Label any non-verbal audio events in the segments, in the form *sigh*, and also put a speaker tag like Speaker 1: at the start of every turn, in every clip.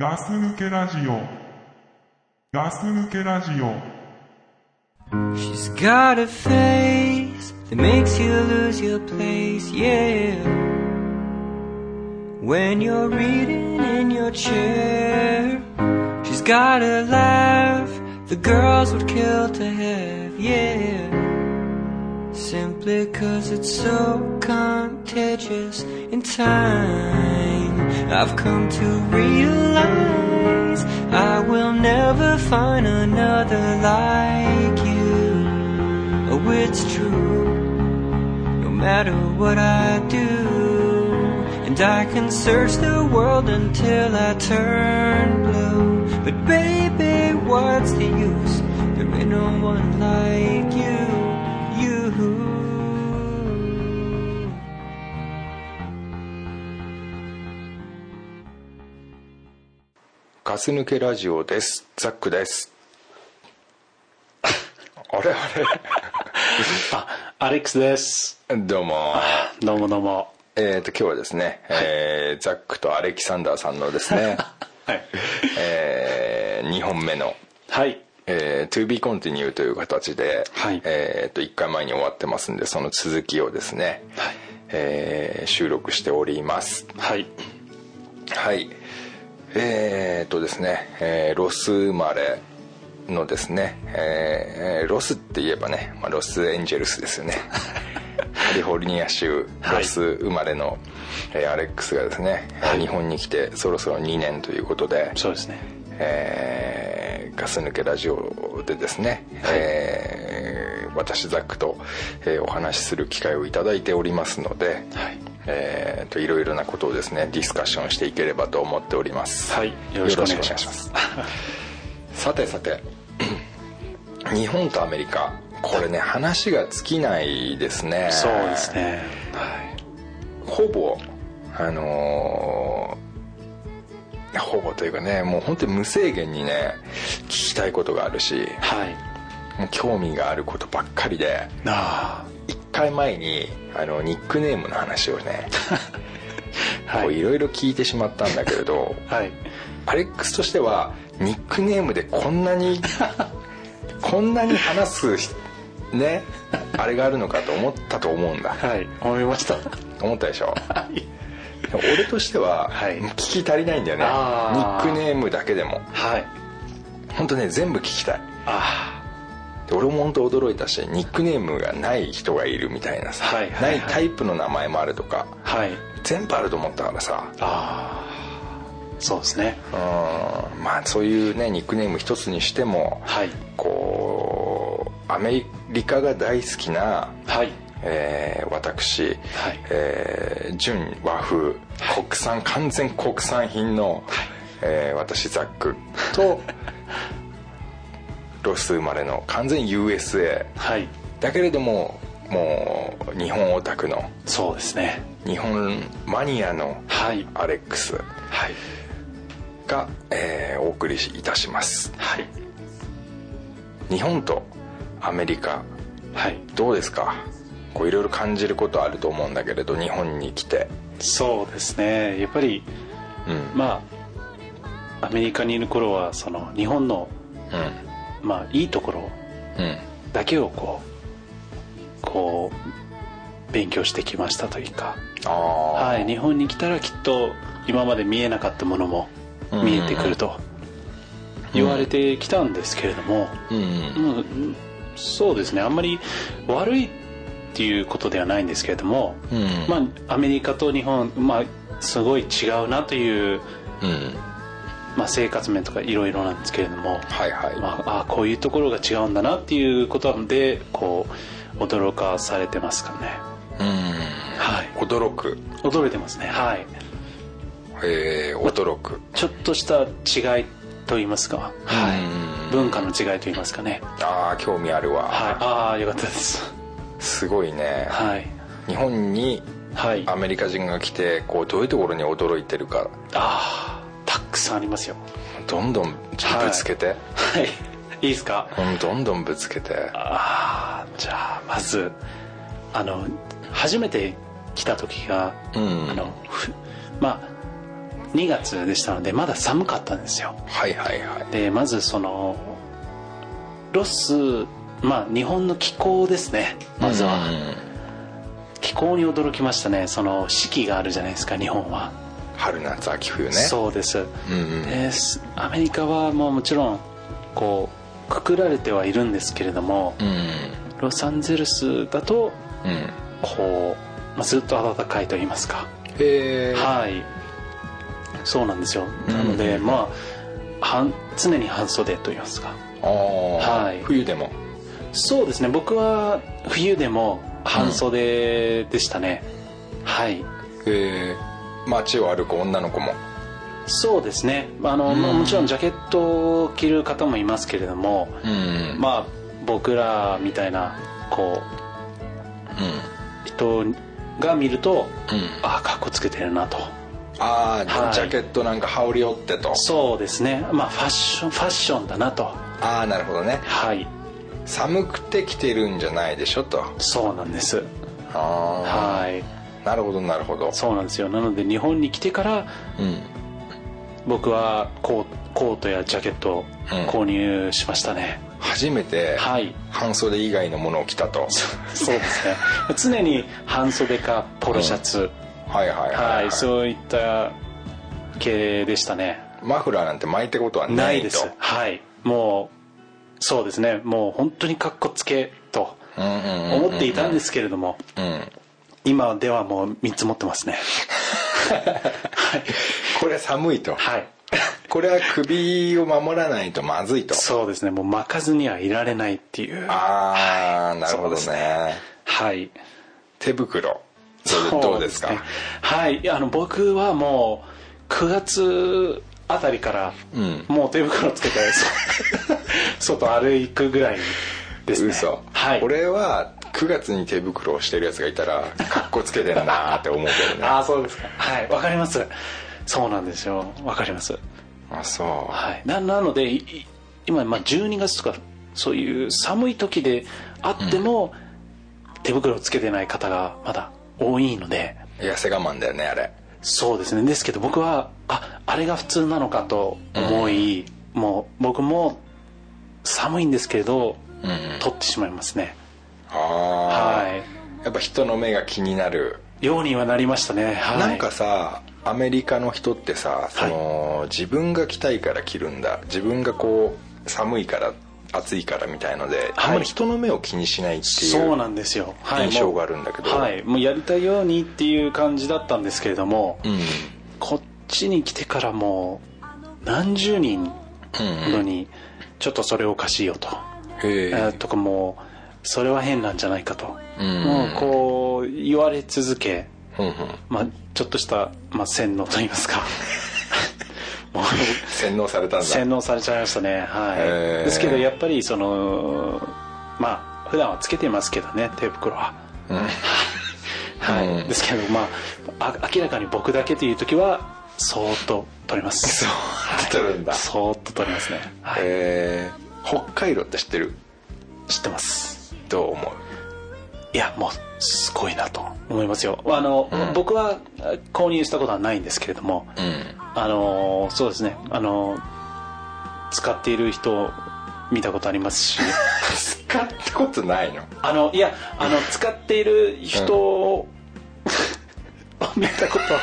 Speaker 1: ガス抜けラジオ。ガス抜けラジオ。
Speaker 2: She's got a face that makes you lose your place, yeah. When you're reading in your chair, she's got a laugh the girls would kill to have, yeah. Simply cause it's so contagious in time. I've come to realize I will never find another like you. Oh, it's true. No matter what I do, and I can search the world until I turn blue. But baby, what's the use? There ain't no one like you. You.
Speaker 3: ガス抜けラジオです。ザック
Speaker 4: *laughs*
Speaker 3: です。あれあ
Speaker 4: あ、アレックスです。
Speaker 3: れどうも。
Speaker 4: どうもどうも。
Speaker 3: えっ、と、今日はですね、えーザックとアレキサンダーさんのですね、
Speaker 4: *laughs* はい。
Speaker 3: え2本目の、
Speaker 4: はい。
Speaker 3: えー、to be continue という形で、
Speaker 4: はい
Speaker 3: えっ、と、1回前に終わってますんで、その続きをですね、
Speaker 4: はい
Speaker 3: えー収録しております。
Speaker 4: はい。
Speaker 3: はい。えー、とですね、えーロス生まれのですね、えーえーロスって言えばね、まあ、ロスエンジェルスですよ
Speaker 4: *laughs*
Speaker 3: ね。カリフォルニア州
Speaker 4: はい
Speaker 3: ロス生まれの、えーアレックスがですね、えー
Speaker 4: はい
Speaker 3: 日本に来てそろそろ2年ということで、
Speaker 4: そうですね。
Speaker 3: えーガス抜けラジオでですね、えー私ザックと、えーお話しする機会をいただいておりますので、
Speaker 4: はい。
Speaker 3: えー、といろいろなことをですねディスカッションしていければと思っております
Speaker 4: はい。よろしくお願いします。
Speaker 3: よろしくお願いします *laughs* さてさて *clears throat* 日本とアメリカこれね話が尽きないですね
Speaker 4: そうですね。はい。
Speaker 3: ほぼあのーほぼというかねもう本当に無制限にね聞きたいことがあるし
Speaker 4: はい。
Speaker 3: もう興味があることばっかりで
Speaker 4: なあ。
Speaker 3: 1回前にあのニックネームの話をねこ
Speaker 4: は
Speaker 3: うい
Speaker 4: い。
Speaker 3: ろいろ聞いてしまったんだけれど
Speaker 4: はい。
Speaker 3: アレックスとしてはニックネームでこんな
Speaker 4: *laughs*
Speaker 3: にこんなに話すひねあれがあるのかと思ったと思うんだ
Speaker 4: はい。思いました。
Speaker 3: 思ったでしょ
Speaker 4: はい。
Speaker 3: でも俺としては、
Speaker 4: はい
Speaker 3: 聞き足りないんだよねニ
Speaker 4: あ
Speaker 3: ック
Speaker 4: ー
Speaker 3: ネームだけでも
Speaker 4: はい。
Speaker 3: 本当ね全部聞きたい
Speaker 4: あ
Speaker 3: で俺も本当驚いたしニックネームがない人がいるみたいなさ、
Speaker 4: はいはいはい
Speaker 3: ないタイプの名前もあるとか
Speaker 4: あ。はい。
Speaker 3: 全部あると思ったからさ
Speaker 4: ああ。そうですね。
Speaker 3: うんまあそういうねニックネーム一つにしても、
Speaker 4: はい。
Speaker 3: こうアメリカが大好きな、
Speaker 4: はい。
Speaker 3: えー私、
Speaker 4: はい
Speaker 3: えー純和風国産完全国産品の、えー私ザックとロス生まれの完全 USA
Speaker 4: はい。
Speaker 3: だけれどももう日本オタクの
Speaker 4: そうですね。
Speaker 3: 日本マニアの
Speaker 4: はい。
Speaker 3: アレックス
Speaker 4: はい。
Speaker 3: が、えーお送りいたします
Speaker 4: はい。
Speaker 3: 日本とアメリカ
Speaker 4: はい。
Speaker 3: どうですかこういろいろ感じることあると思うんだけれど日本に来て
Speaker 4: そうですね。やっぱり、
Speaker 3: うん
Speaker 4: まあ、アメリカにいる頃は、その、日本の、まあ、いいところ
Speaker 3: うんうん
Speaker 4: だけをこうこう勉強してきましたというか、
Speaker 3: ああ
Speaker 4: はい、日本に来たらきっと今まで見えなかったものも見えてくると言われてきたんですけれども、
Speaker 3: うんうん
Speaker 4: うんそうですねあんまり悪いっていうことではないんですけれども、
Speaker 3: うん
Speaker 4: まあ、アメリカと日本、まあ、すごい違うなという、
Speaker 3: うん
Speaker 4: まあ、生活面とかいろいろなんですけれども、
Speaker 3: はいはい、
Speaker 4: まあ、あこういうところが違うんだなっていうことなんでこう驚かされてますかね
Speaker 3: うん
Speaker 4: はい
Speaker 3: 驚く
Speaker 4: 驚いてますねはい
Speaker 3: えー、驚く
Speaker 4: ちょっとした違いと言いますか、は
Speaker 3: うん
Speaker 4: い、文化の違いと言いますかね
Speaker 3: ああ興味あるわ、
Speaker 4: はいああよかったです
Speaker 3: すごいね
Speaker 4: はい
Speaker 3: 日本に
Speaker 4: はい
Speaker 3: ア
Speaker 4: あ
Speaker 3: メリカ人が来てこうどういうところに驚いてるか
Speaker 4: あーたくさんありますよ
Speaker 3: どんどんぶつけて、
Speaker 4: はいいいですか
Speaker 3: うんどんどんぶつけて
Speaker 4: ああじゃあまずあの初めて来た時が
Speaker 3: うん
Speaker 4: あのふまあ2月でしたのでまだ寒かったんですよ
Speaker 3: はいはいはい
Speaker 4: でまずそのロスまあ日本の気候ですねまずは、
Speaker 3: うん
Speaker 4: 気候に驚きましたねその四季があるじゃないですか日本は、
Speaker 3: 春夏秋冬ね
Speaker 4: そうです
Speaker 3: うんうん
Speaker 4: ですアメリカはまあもちろんこうくくられてはいるんですけれども、
Speaker 3: うん
Speaker 4: ロサンゼルスだと
Speaker 3: うん
Speaker 4: こう、まあずっと暖かいと言いますか
Speaker 3: へえ
Speaker 4: はいそうなんですよ
Speaker 3: うん
Speaker 4: なので、まあ半常に半袖と言いますか
Speaker 3: ああ、
Speaker 4: はい
Speaker 3: 冬でも
Speaker 4: そうですね僕は冬でも半袖でしたね、はい
Speaker 3: へえ街を歩く女の子も
Speaker 4: そうですねあの、まあ
Speaker 3: うん
Speaker 4: もちろんジャケットを着る方もいますけれども、
Speaker 3: うん
Speaker 4: まあ僕らみたいなこ
Speaker 3: あうん
Speaker 4: う人が見ると、
Speaker 3: うん
Speaker 4: ああかっこつけてるなと
Speaker 3: ああ、
Speaker 4: はい
Speaker 3: ジャケットなんか羽織り折ってと
Speaker 4: そうですねまあファッションファッションだなと
Speaker 3: ああなるほどね
Speaker 4: はい
Speaker 3: 寒くて着てるんじゃないでしょと
Speaker 4: そうなんです
Speaker 3: ああ
Speaker 4: はい
Speaker 3: なるほどなるほど
Speaker 4: そうなんですよなので日本に来てから
Speaker 3: うんうん
Speaker 4: 僕はコーコートやジャケットを購入しましたね、
Speaker 3: 初めて
Speaker 4: はい
Speaker 3: 半袖以外のものを着たと
Speaker 4: そうですね常に半袖かポロシャツ、
Speaker 3: はいはいはい、
Speaker 4: はいそういった系でしたね
Speaker 3: マフラーなんて巻いたことはないと
Speaker 4: ないですはいもうそうですねもう本当にかっこつけと思
Speaker 3: 思
Speaker 4: っていたんですけれども、
Speaker 3: うん
Speaker 4: 今ではもう3つ持ってますねはい
Speaker 3: これ寒いと
Speaker 4: はい
Speaker 3: これは首を守らないとまずいと
Speaker 4: そうですねもう巻かずにはいられないっていう
Speaker 3: ああなるほど
Speaker 4: そうです
Speaker 3: ね
Speaker 4: はい
Speaker 3: 手袋どうどうですか
Speaker 4: そうねはいいやあの僕はもう9月あたりから、
Speaker 3: うん
Speaker 4: もう手袋つけ
Speaker 3: *laughs*
Speaker 4: てそう外歩くぐらいですね
Speaker 3: 嘘、
Speaker 4: はい
Speaker 3: 俺は9月に手袋をしてるやつがいたらかっこつけてんなーって思うけどね
Speaker 4: ああ
Speaker 3: あ
Speaker 4: そうですかはいわかりますそうなんですよわかります
Speaker 3: そう
Speaker 4: はいななのでいい今、まあ、12月とかそういう寒い時であっても、手袋をつけてない方がまだ多いので
Speaker 3: 痩せ我慢だよねあれ
Speaker 4: そうですねですけど僕はああれが普通なのかと思い、もう僕も寒いんですけれど、取ってしまいますね
Speaker 3: ああ、
Speaker 4: は
Speaker 3: やっぱ人の目が気になる、
Speaker 4: いようにはなりましたねはい
Speaker 3: なんかさアメリカの人ってさその、自分が着たいから着るんだ自分がこう寒いから暑いからみたいので、あんまり人の目を気にしないっていう
Speaker 4: そうなんですよ、はい、
Speaker 3: 印象があるんだけど
Speaker 4: もうはいもうやりたいようにっていう感じだったんですけれども、
Speaker 3: うん
Speaker 4: こっちに来てからもう何十人
Speaker 3: うん
Speaker 4: のにちょっとそれおかしいよと、
Speaker 3: へ
Speaker 4: えー
Speaker 3: え
Speaker 4: とかもうそれは変なんじゃないかと、
Speaker 3: うん
Speaker 4: もうこう言われ続け、
Speaker 3: うんうん
Speaker 4: まあ、ちょっとした、まあ、洗脳と言
Speaker 3: *laughs*
Speaker 4: いますかもう
Speaker 3: 洗脳されたんだ
Speaker 4: 洗脳されちゃいましたねはい、
Speaker 3: へー
Speaker 4: ですけどやっぱりそのまあ普段はつけてますけどね手袋は、はい、
Speaker 3: うん
Speaker 4: ですけどまああ明らかに僕だけという時はそーっと取ります
Speaker 3: そーっと取るんだ
Speaker 4: はいそーっと取りますね、はい
Speaker 3: えー北海道って知ってる
Speaker 4: 知ってます
Speaker 3: どう思う
Speaker 4: いやもうすごいなと思いますよあの、僕はあ購入したことはないんですけれども、
Speaker 3: うん
Speaker 4: あのーそうですねあのー使っている人を見たことあります *laughs* し
Speaker 3: 使ったことないの
Speaker 4: あのいやあの使っている人を、 *laughs* 見たことは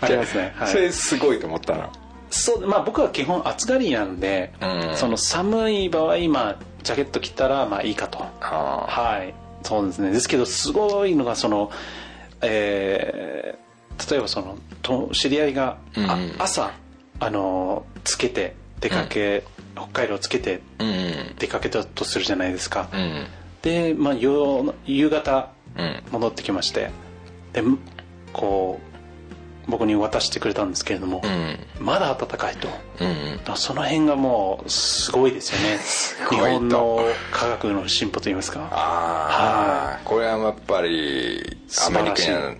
Speaker 4: あり *laughs* ますね、はい、
Speaker 3: それすごいと思ったの
Speaker 4: そうまあ僕は基本暑がりなんで、
Speaker 3: うん
Speaker 4: その寒い場合今ジャケット着たらまあいいかと
Speaker 3: あ
Speaker 4: はいそうですねですけどすごいのがそのえー例えばそのと知り合いが、
Speaker 3: う
Speaker 4: あ
Speaker 3: んうん
Speaker 4: 朝あのーつけて出かけ、北海道つけて
Speaker 3: うんうん
Speaker 4: 出かけたとするじゃないですか、
Speaker 3: うん
Speaker 4: で、まあ、夜夕方
Speaker 3: うん
Speaker 4: 戻ってきましてでこう僕に渡してくれたんですけれども、まだ暖かいと。
Speaker 3: うんうん
Speaker 4: だからその辺がもうすごいです
Speaker 3: *laughs*
Speaker 4: よね
Speaker 3: ごいと
Speaker 4: 日本の科学の進歩といいますか
Speaker 3: ああこれはやっぱりア
Speaker 4: 素
Speaker 3: メ
Speaker 4: 晴
Speaker 3: リ
Speaker 4: らしい
Speaker 3: カには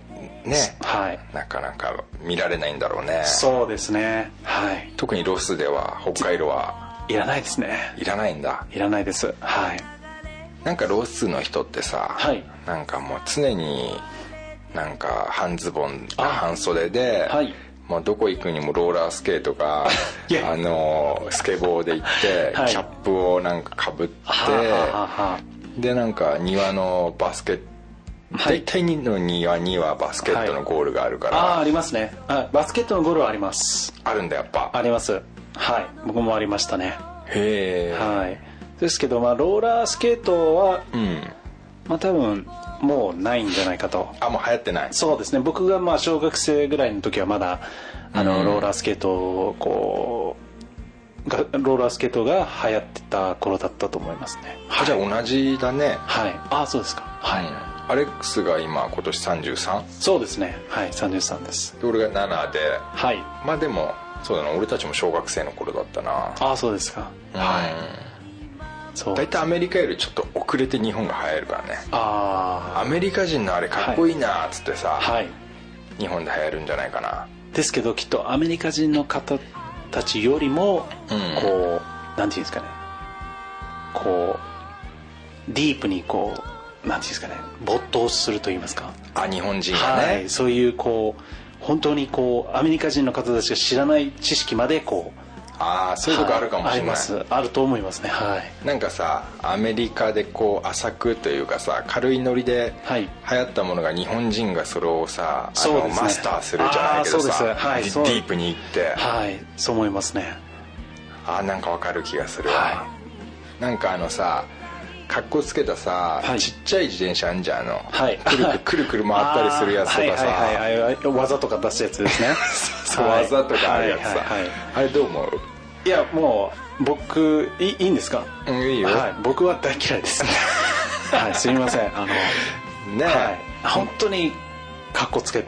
Speaker 3: ね
Speaker 4: はい
Speaker 3: なかなか見られないんだろうね
Speaker 4: そうですねはい
Speaker 3: 特にロスでは北海道はい
Speaker 4: らないですね
Speaker 3: いらないんだ
Speaker 4: いらないですはい
Speaker 3: なんかロスの人ってさ、
Speaker 4: はい
Speaker 3: なんかもう常になんか半ズボン
Speaker 4: あ
Speaker 3: 半袖で、
Speaker 4: はい
Speaker 3: まあ、どこ行くにもローラースケートが
Speaker 4: *laughs* いや
Speaker 3: あのスケボーで行って、
Speaker 4: はい
Speaker 3: キャップをなんかかぶって
Speaker 4: はあはあはあはあ
Speaker 3: でなんか庭のバスケット
Speaker 4: はい
Speaker 3: 大体の庭にはバスケットのゴールがあるから、
Speaker 4: あーありますねあバスケットのゴールはあります
Speaker 3: あるんだやっぱ
Speaker 4: ありますはい僕もありましたね
Speaker 3: へえ、
Speaker 4: はいですけど、まあ、ローラースケートは、
Speaker 3: うん
Speaker 4: まあ、多分もうないんじゃないかと
Speaker 3: あもう流行ってない
Speaker 4: そうですね僕がまあ小学生ぐらいの時はまだあの、
Speaker 3: うん
Speaker 4: ローラースケートをこうがローラースケートが流行ってた頃だったと思いますね
Speaker 3: あじゃあ同じだね
Speaker 4: はいああそうですかはい、
Speaker 3: アレックスが今今年 33?
Speaker 4: そうですねはい33です
Speaker 3: で俺が7で
Speaker 4: はい
Speaker 3: まあでもそうだな俺たちも小学生の頃だったな
Speaker 4: ああそうですか
Speaker 3: はい
Speaker 4: そう
Speaker 3: 大体アメリカよりちょっと遅れて日本が流行るからね
Speaker 4: あ
Speaker 3: アメリカ人のあれかっこいいなっつってさ、
Speaker 4: あはい
Speaker 3: 日本で流行るんじゃないかな
Speaker 4: ですけどきっとアメリカ人の方たちよりも、
Speaker 3: うん
Speaker 4: こうなんていうんですかねこうディープにこうなんていうんですかね没頭すると言いますか
Speaker 3: あ日本人が
Speaker 4: は
Speaker 3: ね、
Speaker 4: い、そういうこう本当にこうアメリカ人の方たちが知らない知識までこう
Speaker 3: ああそういうとこあるかもしれ
Speaker 4: はあり
Speaker 3: な
Speaker 4: ま
Speaker 3: い、
Speaker 4: すあると思いますねはい
Speaker 3: なんかさアメリカでこう浅くというかさ軽いノリで
Speaker 4: はい
Speaker 3: 流行ったものが日本人がそれをさ、あ
Speaker 4: そう
Speaker 3: の
Speaker 4: ですね
Speaker 3: マスターするじゃないけど
Speaker 4: あーそう
Speaker 3: さ、
Speaker 4: ですはい
Speaker 3: デ
Speaker 4: そ
Speaker 3: ィ
Speaker 4: う
Speaker 3: ディープに行って、
Speaker 4: はいそう思いますね
Speaker 3: あーなんかわかる気がするわ、
Speaker 4: は
Speaker 3: なんかあのさかっこつけたさ、
Speaker 4: はい
Speaker 3: ちっちゃい自転車あんじゃんあの、
Speaker 4: はい
Speaker 3: くるくる
Speaker 4: *laughs*
Speaker 3: くるくる回ったりするやつとかさ、
Speaker 4: あーはいはいはいはい技とか出すやつですね
Speaker 3: *laughs* そう
Speaker 4: はい
Speaker 3: 技とかあるやつさ、
Speaker 4: はいはいはい
Speaker 3: あれどう思う
Speaker 4: いやもう僕いいいんですか
Speaker 3: うんいいよ
Speaker 4: はい、僕は大嫌いですはいすみませんあの、
Speaker 3: ねえ、
Speaker 4: はい、本当にかっこつけ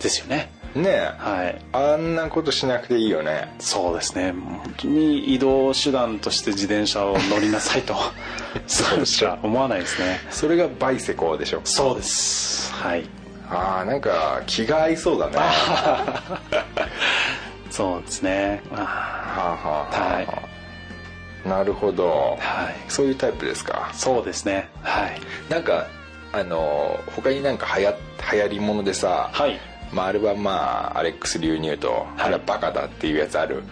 Speaker 4: ですよね
Speaker 3: ねえ、
Speaker 4: はい
Speaker 3: あんなことしなくていいよね
Speaker 4: そうですね本当に移動手段として自転車を乗りなさいと
Speaker 3: *laughs*
Speaker 4: そうしか思わないですね
Speaker 3: それがバイセコでしょ
Speaker 4: そうですはい
Speaker 3: ああなんか気が合いそうだねは
Speaker 4: そうですね
Speaker 3: あ
Speaker 4: あ
Speaker 3: はあ
Speaker 4: ーはい
Speaker 3: あなるほど
Speaker 4: はい
Speaker 3: そういうタイプですか
Speaker 4: そうですねはい
Speaker 3: なんかあのー他になんか流行流行りものでさ、
Speaker 4: はい
Speaker 3: まあ、あれはまあアレックス流入と「あれはバカだ」っていうやつある、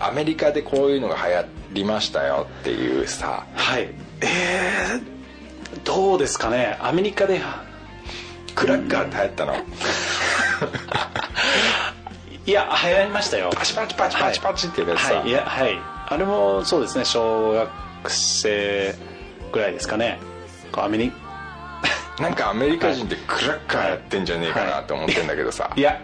Speaker 3: アメリカでこういうのが流行りましたよっていうさ
Speaker 4: はいえー、どうですかねアメリカで
Speaker 3: クラッカーって流行ったの、
Speaker 4: いや流行りましたよ
Speaker 3: パチパチパチパチパチっていうやつさ、
Speaker 4: はい、いやはいあれもそうですね小学生ぐらいですかねこうアメリ
Speaker 3: なんかアメリカ人ってクラッカーやってんじゃねえかなと思ってんだけどさ、
Speaker 4: いや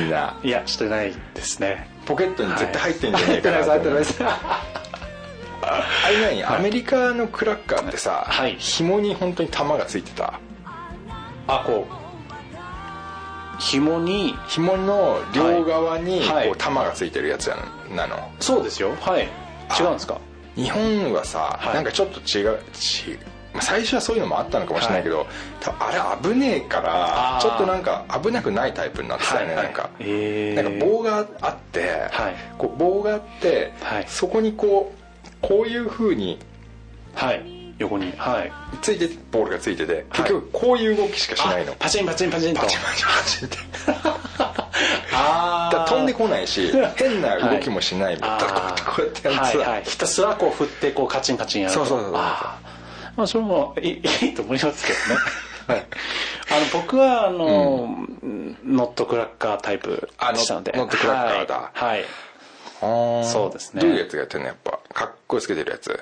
Speaker 3: みんない
Speaker 4: やしてないですね
Speaker 3: ポケットに絶対入ってんじゃねえかなと思って
Speaker 4: はい入ってないです入ってない
Speaker 3: あれ何、アメリカのクラッカーってさ、
Speaker 4: はい
Speaker 3: 紐に本当に玉がついてた
Speaker 4: あこう紐に
Speaker 3: 紐の両側に
Speaker 4: はいはい
Speaker 3: こう玉がついてるやつやなの
Speaker 4: そうですよはい違うんですか
Speaker 3: 日本はさ、
Speaker 4: はい
Speaker 3: なんかちょっと違うちまあ最初はそういうのもあったのかもしれないけど、多分あれ危ねえから
Speaker 4: あー
Speaker 3: ちょっとなんか危なくないタイプになってたよね、
Speaker 4: はい
Speaker 3: なんか、
Speaker 4: へー
Speaker 3: なんか棒があって、
Speaker 4: はい
Speaker 3: こう棒があって、
Speaker 4: はい
Speaker 3: そこにこうこういう風に
Speaker 4: はい横にはい
Speaker 3: ついてボールがついてて結局こういう動きしかしないの、
Speaker 4: あパチンパチンパチンと
Speaker 3: パチンパチンパチンって
Speaker 4: あ
Speaker 3: だから飛んでこない
Speaker 4: *laughs*
Speaker 3: し変な動きもしないみたいな、
Speaker 4: あー
Speaker 3: こうやってやってさ、
Speaker 4: はいはい、ひたすらこう振ってこうカチンカチンやると
Speaker 3: そうそうそうそう
Speaker 4: あーまあそれもい *laughs* いいいと思いますけどねあの僕はあの、ノットクラッカータイプでしたので
Speaker 3: あノノットクラッカーだ
Speaker 4: はい、はい
Speaker 3: あー
Speaker 4: そうですね
Speaker 3: どういうやつがやってんのやっぱかっこつけてるやつ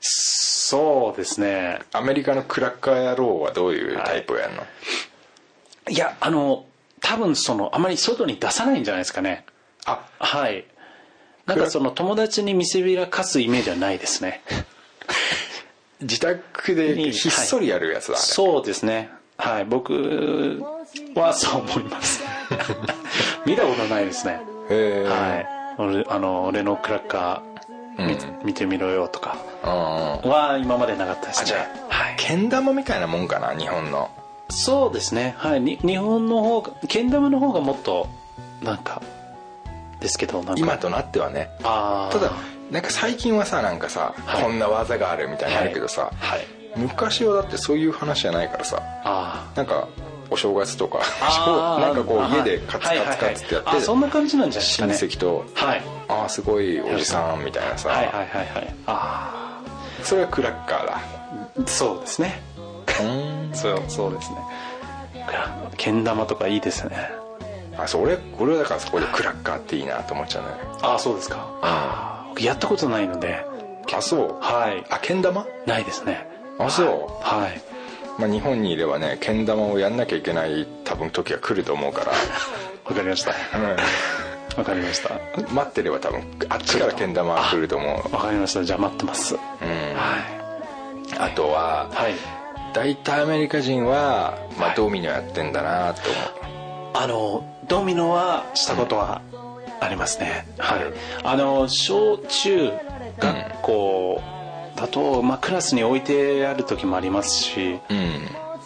Speaker 4: そうですね
Speaker 3: アメリカのクラッカー野郎はどういうタイプをやるの、
Speaker 4: いやあの多分そのあまり外に出さないんじゃないですかね
Speaker 3: あ
Speaker 4: はいなんかその友達に見せびらかすイメージはないですね
Speaker 3: 自宅でひっそりやるやつだ、あれ
Speaker 4: そうですねはい僕はそう思います *laughs* 見たことないですね
Speaker 3: へえ、
Speaker 4: はい、俺あの俺のクラッカー見,、見てみろよとか
Speaker 3: うんうん
Speaker 4: は今までなかったです
Speaker 3: あ
Speaker 4: ね
Speaker 3: じゃあ、けん玉みたいなもんかな日本の
Speaker 4: そうですねはいに日本の方がけん玉の方がもっとなんかですけどなんか
Speaker 3: 今となってはね
Speaker 4: あー
Speaker 3: ただなんか最近はさなんかさ、
Speaker 4: はい
Speaker 3: こんな技があるみたいなのあるけどさ、
Speaker 4: はい
Speaker 3: 昔はだってそういう話じゃないからさ
Speaker 4: あ
Speaker 3: なんかお正月とか *laughs*
Speaker 4: あー
Speaker 3: なんかこ
Speaker 4: あ
Speaker 3: う
Speaker 4: ー
Speaker 3: 家でカツ
Speaker 4: はい
Speaker 3: カツカツってやって、
Speaker 4: はいはいはいあそんな感じなんじゃないです
Speaker 3: 親
Speaker 4: かね
Speaker 3: 戚と
Speaker 4: はい
Speaker 3: 「ああすごいおじさん」みたいなさ、
Speaker 4: はいはいはいはいあ
Speaker 3: それはクラッカーだ
Speaker 4: あそうですねそうそうですねクラけん玉とかいいですね
Speaker 3: あそう俺俺はだからそこでクラッカーっていいなと思っちゃうね
Speaker 4: ああそうですかああ僕やったことないので
Speaker 3: あそう
Speaker 4: はい
Speaker 3: あけん玉
Speaker 4: ないですね
Speaker 3: あそ、
Speaker 4: はいう
Speaker 3: まあ、日本にいればねけん玉をやんなきゃいけない多分時が来ると思う *laughs* か
Speaker 4: わかりました
Speaker 3: ら、
Speaker 4: わかりましたわ
Speaker 3: 待ってれば多分あっちからけん玉が来ると思う
Speaker 4: かりましたじゃあ待ってますは
Speaker 3: あとはい
Speaker 4: はい
Speaker 3: 大体アメリカ人は、ま
Speaker 4: は
Speaker 3: あ、
Speaker 4: い
Speaker 3: ドミノやってんだなと思う、
Speaker 4: あのドミノはしたことはありますね、はい
Speaker 3: うん
Speaker 4: あの小中学校だと、まあ、クラスに置いてある時もありますし、
Speaker 3: うん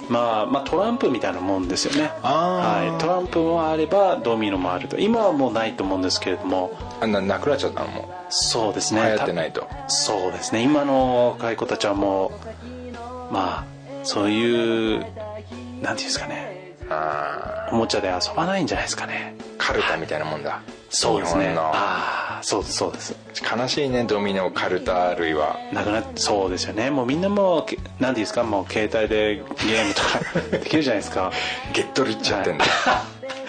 Speaker 4: まあ、まあトランプみたいなもんですよね
Speaker 3: あー
Speaker 4: はい、トランプもあればドミノもあると今はもうないと思うんですけれども
Speaker 3: あななくなっちゃったのも
Speaker 4: そうです
Speaker 3: う
Speaker 4: ね
Speaker 3: 流行ってないと
Speaker 4: そうですね今の若い子たちはもうまあそういうなんていうんですかね
Speaker 3: あ
Speaker 4: おもちゃで遊ばないんじゃないですかね
Speaker 3: ーカルタみたいなもんだ
Speaker 4: そうですね
Speaker 3: 日本の
Speaker 4: ああそうですそうです
Speaker 3: 悲しいねドミノカルタ類は
Speaker 4: なくなっそうですよねもうみんなもうけなんていうんですかもう携帯でゲームとかできるじゃないで
Speaker 3: *laughs*
Speaker 4: すか
Speaker 3: ゲットリッチやってんだ、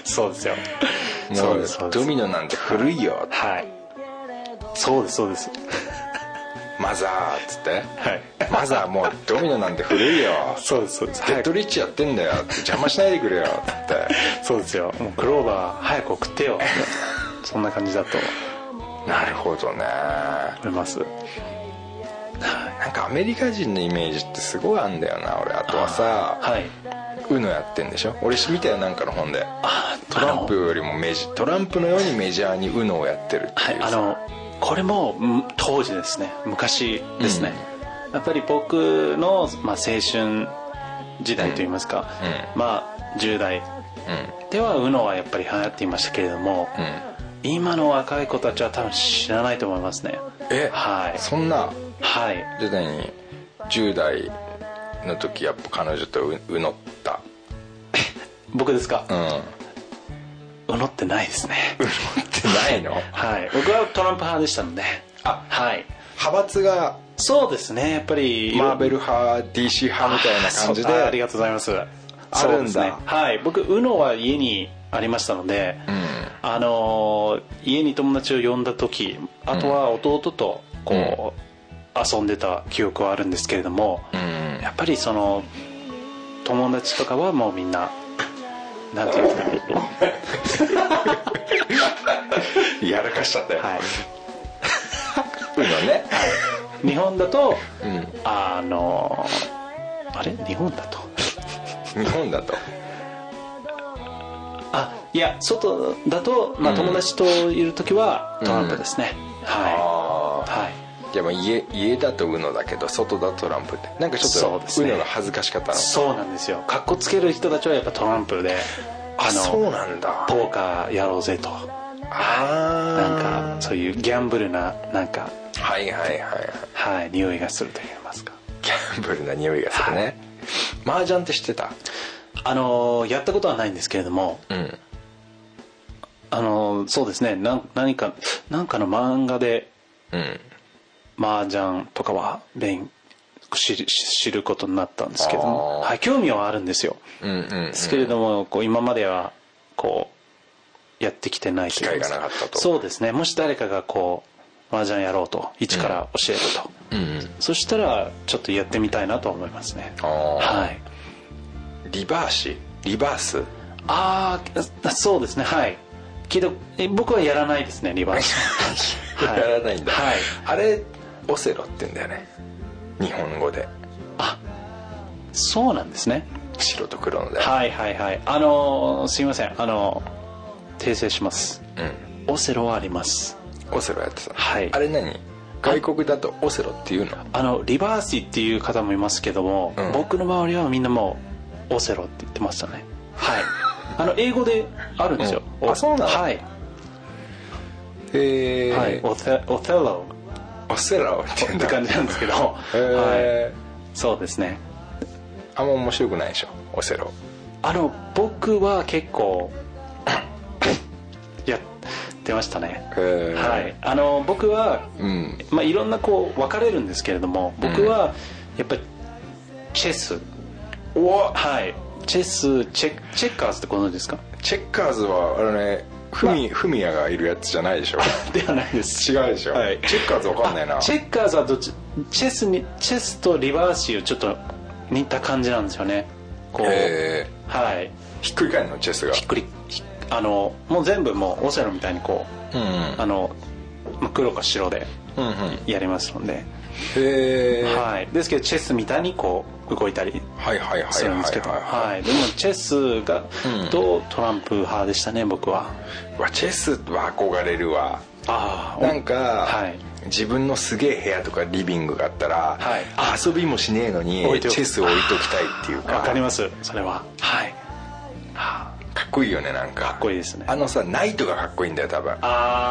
Speaker 4: そうですよ
Speaker 3: も
Speaker 4: そう
Speaker 3: う
Speaker 4: ですそうです
Speaker 3: ドミノなんて古いよ
Speaker 4: はいそうですそうです
Speaker 3: マザーっつって
Speaker 4: はい
Speaker 3: マザーもうドミノなんて古いよ
Speaker 4: そうですそうです
Speaker 3: ゲ
Speaker 4: 早
Speaker 3: ット
Speaker 4: く
Speaker 3: リッチやってんだよ邪魔しないでくれよっつって
Speaker 4: そうですよもうクローバー早く送ってよそんな感じだと
Speaker 3: なるほどね
Speaker 4: 思います
Speaker 3: なんかアメリカ人のイメージってすごいあんだよな俺あとはさ
Speaker 4: はい
Speaker 3: ウノやってんでしょ俺見たよなんかの本でト
Speaker 4: ト
Speaker 3: ランプよりもメジトランプのようにメジャーにウノをやってるって
Speaker 4: はいいうあ
Speaker 3: さ
Speaker 4: のこれもうん当時ですね昔ですね、やっぱり僕の、まあ、青春時代といいますか、まあ10代では UNO はやっぱり流行っていましたけれども、
Speaker 3: うんうん
Speaker 4: 今の若い子たちは多分知らないと思いますね
Speaker 3: え
Speaker 4: はい
Speaker 3: そんな
Speaker 4: はい
Speaker 3: 時代に10代の時やっぱ彼女とううのった
Speaker 4: 僕ですか
Speaker 3: うん
Speaker 4: UNO ってないですね
Speaker 3: ってないの
Speaker 4: はい僕はトランプ派でしたので
Speaker 3: あ
Speaker 4: はい
Speaker 3: 派閥が
Speaker 4: そうですねやっぱり
Speaker 3: マーベル派 DC 派みたいな感じで
Speaker 4: あそうあありがとうございます
Speaker 3: あるんだ
Speaker 4: そうですねはい僕 UNO は家にありましたので、あのー家に友達を呼んだ時あとは弟とこう、遊んでた記憶はあるんですけれども、
Speaker 3: うん
Speaker 4: やっぱりその友達とかはもうみんななんていうんですかね
Speaker 3: やらかしちゃったよ、
Speaker 4: はいう
Speaker 3: のね
Speaker 4: 日本だと、
Speaker 3: ん
Speaker 4: あのあれ日本だと
Speaker 3: 日本だと
Speaker 4: あいや外だと、まあ、友達といる時はトランプですね、
Speaker 3: あ
Speaker 4: はい
Speaker 3: あ
Speaker 4: はい
Speaker 3: でも家家だとウノだけど外だとトランプってなんかちょ
Speaker 4: そう
Speaker 3: っ
Speaker 4: です
Speaker 3: とウ
Speaker 4: ね
Speaker 3: ノが恥ずかしかったの
Speaker 4: そうなんですよかっこつける人たちはやっぱトランプで
Speaker 3: あ
Speaker 4: あの
Speaker 3: そうなんだ
Speaker 4: ポーカーやろうぜと
Speaker 3: あー
Speaker 4: なんかそういうギャンブルななんか
Speaker 3: はいはいはいはい
Speaker 4: はい匂いがすると言いますか
Speaker 3: ギャンブルな匂いがするね麻雀って知ってた
Speaker 4: あのやったことはないんですけれども
Speaker 3: うん
Speaker 4: あのそうですねなん何かなんかの漫画で
Speaker 3: うん
Speaker 4: 麻雀とかは勉知る知ることになったんですけども、
Speaker 3: あー
Speaker 4: はい、興味はあるんですよ
Speaker 3: うんうんうん
Speaker 4: ですけれども、こう今まではこうやってきてないといいま
Speaker 3: 機
Speaker 4: す
Speaker 3: 会がなかったと
Speaker 4: そうですねもし誰かがこう麻雀やろうと一から教えると、
Speaker 3: うんうん
Speaker 4: そしたらちょっとやってみたいなと思いますね
Speaker 3: あー
Speaker 4: はい
Speaker 3: リバーシリバース
Speaker 4: ああそうですねはいけどえ僕はやらないですねリバース
Speaker 3: *laughs*
Speaker 4: はい
Speaker 3: やらないんだ、
Speaker 4: はい
Speaker 3: あれオセロって言うんだよね日本語で
Speaker 4: そうなんですね
Speaker 3: 白と黒ので、
Speaker 4: はいはいはいあのーすいませんあのー訂正します
Speaker 3: うん、
Speaker 4: オセロはあります
Speaker 3: オセロやってた、
Speaker 4: はい
Speaker 3: あれ何外国だとオセロっていうの
Speaker 4: あのリバーシっていう方もいますけども、
Speaker 3: うん
Speaker 4: 僕の周りはみんなもうオセロって言ってましたねはい *laughs* あの英語であるんですよ、
Speaker 3: うんあそうなの
Speaker 4: はい、
Speaker 3: へえ、
Speaker 4: はい、オセオセロ
Speaker 3: オセロって言うん
Speaker 4: っ
Speaker 3: だ
Speaker 4: て感じなんですけど、
Speaker 3: へ
Speaker 4: はい、
Speaker 3: え
Speaker 4: そうですね
Speaker 3: あんま面白くないでしょオセロ
Speaker 4: あの僕は結構 *coughs* やってましたね
Speaker 3: へー
Speaker 4: はいあの僕は、
Speaker 3: うん
Speaker 4: まあ、いろんなこう分かれるんですけれども僕はやっぱりチェスはいチェスチェチェッカーズってご存知ですか
Speaker 3: チェッカーズはあのねふみふみやがいるやつじゃないでし
Speaker 4: *laughs*
Speaker 3: ょ
Speaker 4: ではないです
Speaker 3: 違うでしょ、
Speaker 4: はい
Speaker 3: チェッカーズわかんないな
Speaker 4: あチェッカーズはどっちチェスにチェスとリバーシをちょっと似た感じなんですよねこう
Speaker 3: え
Speaker 4: はい
Speaker 3: ーひっくり返るのチェスが
Speaker 4: ひっくりひあのもう全部もうオセロみたいにこ
Speaker 3: うん
Speaker 4: うあのまあ黒か白で
Speaker 3: うんうんへ
Speaker 4: やりますので、
Speaker 3: え
Speaker 4: はい、ですけどチェスみたいにこう動いたり
Speaker 3: はいはいはいはい
Speaker 4: するんですけど、はい
Speaker 3: は
Speaker 4: でもチェスが
Speaker 3: うん
Speaker 4: とトランプ派でしたね僕はい
Speaker 3: わチェスは憧れるわ
Speaker 4: あ
Speaker 3: なんか、
Speaker 4: はい
Speaker 3: 自分のすげえ部屋とかリビングがあったら、
Speaker 4: はい
Speaker 3: 遊びもしねえのに
Speaker 4: 置いておく
Speaker 3: チェスを置いときたいっていうか
Speaker 4: わかりますそれははい
Speaker 3: かっこいいよねなんかか
Speaker 4: っこいいですね
Speaker 3: あのさナイトがかっこいいんだよ多分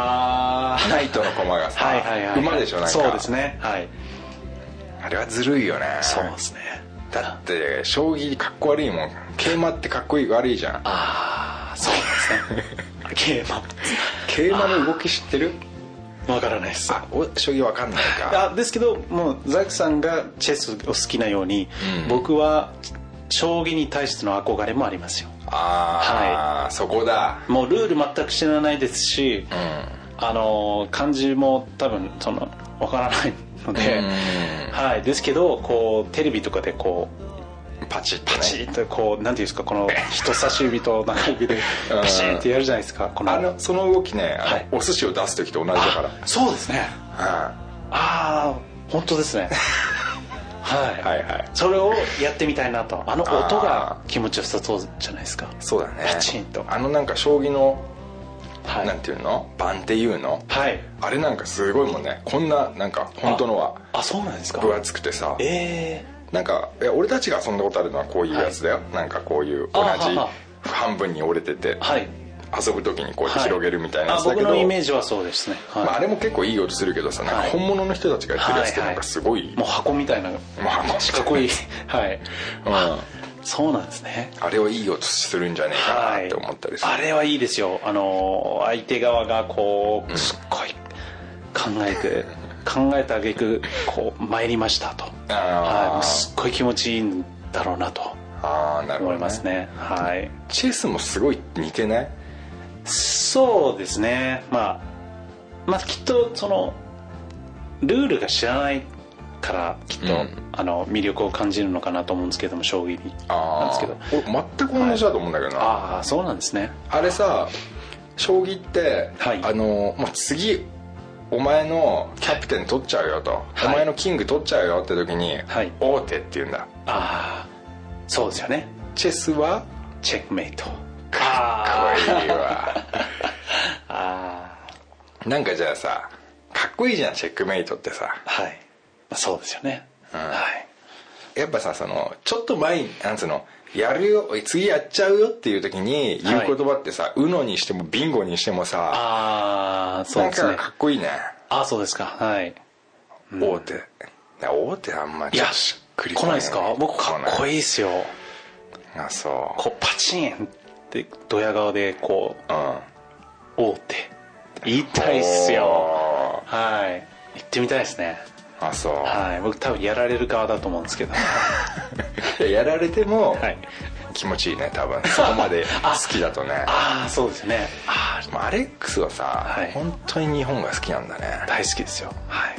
Speaker 4: ああ
Speaker 3: ナイトの駒がさ
Speaker 4: はいはいはい
Speaker 3: 馬でしょなんか
Speaker 4: そうですねはい
Speaker 3: あれはずるいよね
Speaker 4: そうですね
Speaker 3: だって将棋かっこ悪いもん桂馬ってかっこいい悪いじゃん
Speaker 4: ああそう
Speaker 3: *laughs*
Speaker 4: ですねゲー
Speaker 3: 桂馬の動き知ってる
Speaker 4: マわからないです
Speaker 3: あお将棋わかんないか
Speaker 4: あですけどもうザックさんがチェスを好きなように、
Speaker 3: うん
Speaker 4: 僕は将棋に対しての憧れもありますよ
Speaker 3: ああ、そこだ
Speaker 4: もうルール全く知らないですし、
Speaker 3: うん
Speaker 4: あの漢字も多分そのわからないので、
Speaker 3: うん
Speaker 4: はいですけどこうテレビとかでこう
Speaker 3: パチッとね
Speaker 4: パチッとこうなんていうんですかこの人差し指と中指で
Speaker 3: うん
Speaker 4: パシッてやるじゃないですかこの
Speaker 3: あのその動きね、あの
Speaker 4: はい
Speaker 3: お寿司を出す時と同じだから
Speaker 4: あそうですね
Speaker 3: は
Speaker 4: ああ本当です
Speaker 3: *laughs*
Speaker 4: ねはい
Speaker 3: いはいはい
Speaker 4: それをやってみたいなとあの音が
Speaker 3: あ
Speaker 4: 気持ちよさそうじゃないですか
Speaker 3: そうだね
Speaker 4: パチンと
Speaker 3: あのなんか将棋の、
Speaker 4: はい
Speaker 3: なんていうの盤っていうの
Speaker 4: はい
Speaker 3: あれなんかすごいもんねこんななんか本当のは
Speaker 4: あそうなんですか
Speaker 3: 分厚くてさ
Speaker 4: ええ
Speaker 3: なんかいや俺たちが遊んだことあるのはこういうやつだよ、なんかこういう同
Speaker 4: あはは
Speaker 3: じ半分に折れてて
Speaker 4: はい
Speaker 3: 遊ぶ時にこう
Speaker 4: はい
Speaker 3: 広げるみたいなや
Speaker 4: あ
Speaker 3: つだけ
Speaker 4: 僕
Speaker 3: ど、
Speaker 4: のイメージはそうですねはい
Speaker 3: まあ、あれも結構いい音するけどさなんか
Speaker 4: はい
Speaker 3: 本物の人たちがやってるやつってな
Speaker 4: はいはい
Speaker 3: んかすごい、
Speaker 4: もう箱みたいな
Speaker 3: まあまあ
Speaker 4: 四角いはい
Speaker 3: うん
Speaker 4: そうなんですね
Speaker 3: あれをいい音するんじゃねえか
Speaker 4: は
Speaker 3: なっ
Speaker 4: い
Speaker 3: て思ったりする、
Speaker 4: あれはいいですよあの相手側がこうすっごい考えて考えた挙句こう参りましたと
Speaker 3: あー
Speaker 4: はいもうすっごい気持ちいいんだろうなと
Speaker 3: あーなるほ
Speaker 4: 思
Speaker 3: ど、
Speaker 4: いますねはい
Speaker 3: チェスもすごい似てない
Speaker 4: そうですねまあまあきっとそのルールが知らないからきっと、
Speaker 3: うん
Speaker 4: あの魅力を感じるのかなと思うんですけども将棋になん
Speaker 3: あ
Speaker 4: です
Speaker 3: あ
Speaker 4: けど
Speaker 3: 全く同じだと思うんだけどな、
Speaker 4: ああそうなんですね
Speaker 3: あれさ将棋って、
Speaker 4: はい
Speaker 3: あのもう次お前のキャプテン取っちゃうよと、
Speaker 4: はい
Speaker 3: お前のキング取っちゃうよって時に、
Speaker 4: はい
Speaker 3: 王手って言うんだ
Speaker 4: ああそうですよね
Speaker 3: チェスは
Speaker 4: チェックメイト
Speaker 3: かっこいいわ
Speaker 4: あ
Speaker 3: なんかじゃあさかっこいいじゃんチェックメイトってさ
Speaker 4: あはいそうですよね、はい
Speaker 3: やっぱさそのちょっと前になんつうのやるよ次やっちゃうよっていう時に言う言葉ってさ「うの」にしても「ビンゴ」にしてもさ
Speaker 4: ああそう
Speaker 3: なん
Speaker 4: です
Speaker 3: か
Speaker 4: ね
Speaker 3: かっこいいね
Speaker 4: ああそうですかはい
Speaker 3: 大手大手あんま
Speaker 4: い
Speaker 3: ちょ
Speaker 4: や
Speaker 3: っとしっくり
Speaker 4: 来ないですか僕かっこ
Speaker 3: い
Speaker 4: いいですよ
Speaker 3: あそう
Speaker 4: こうパチンってドヤ顔でこう
Speaker 3: うん
Speaker 4: 王手言いたいっすよ
Speaker 3: よ
Speaker 4: はい行ってみたいですね
Speaker 3: あそう、
Speaker 4: はい僕多分やられる側だと思うんですけ *laughs* ど
Speaker 3: いややられても、
Speaker 4: はい
Speaker 3: 気持ちいいね多分そこま
Speaker 4: *laughs*
Speaker 3: で好きだとね
Speaker 4: ああそうですよねあ
Speaker 3: まあアレックスはさ、
Speaker 4: はい
Speaker 3: 本当に日本が好きなんだ
Speaker 4: あ
Speaker 3: ね
Speaker 4: 大好きですよはい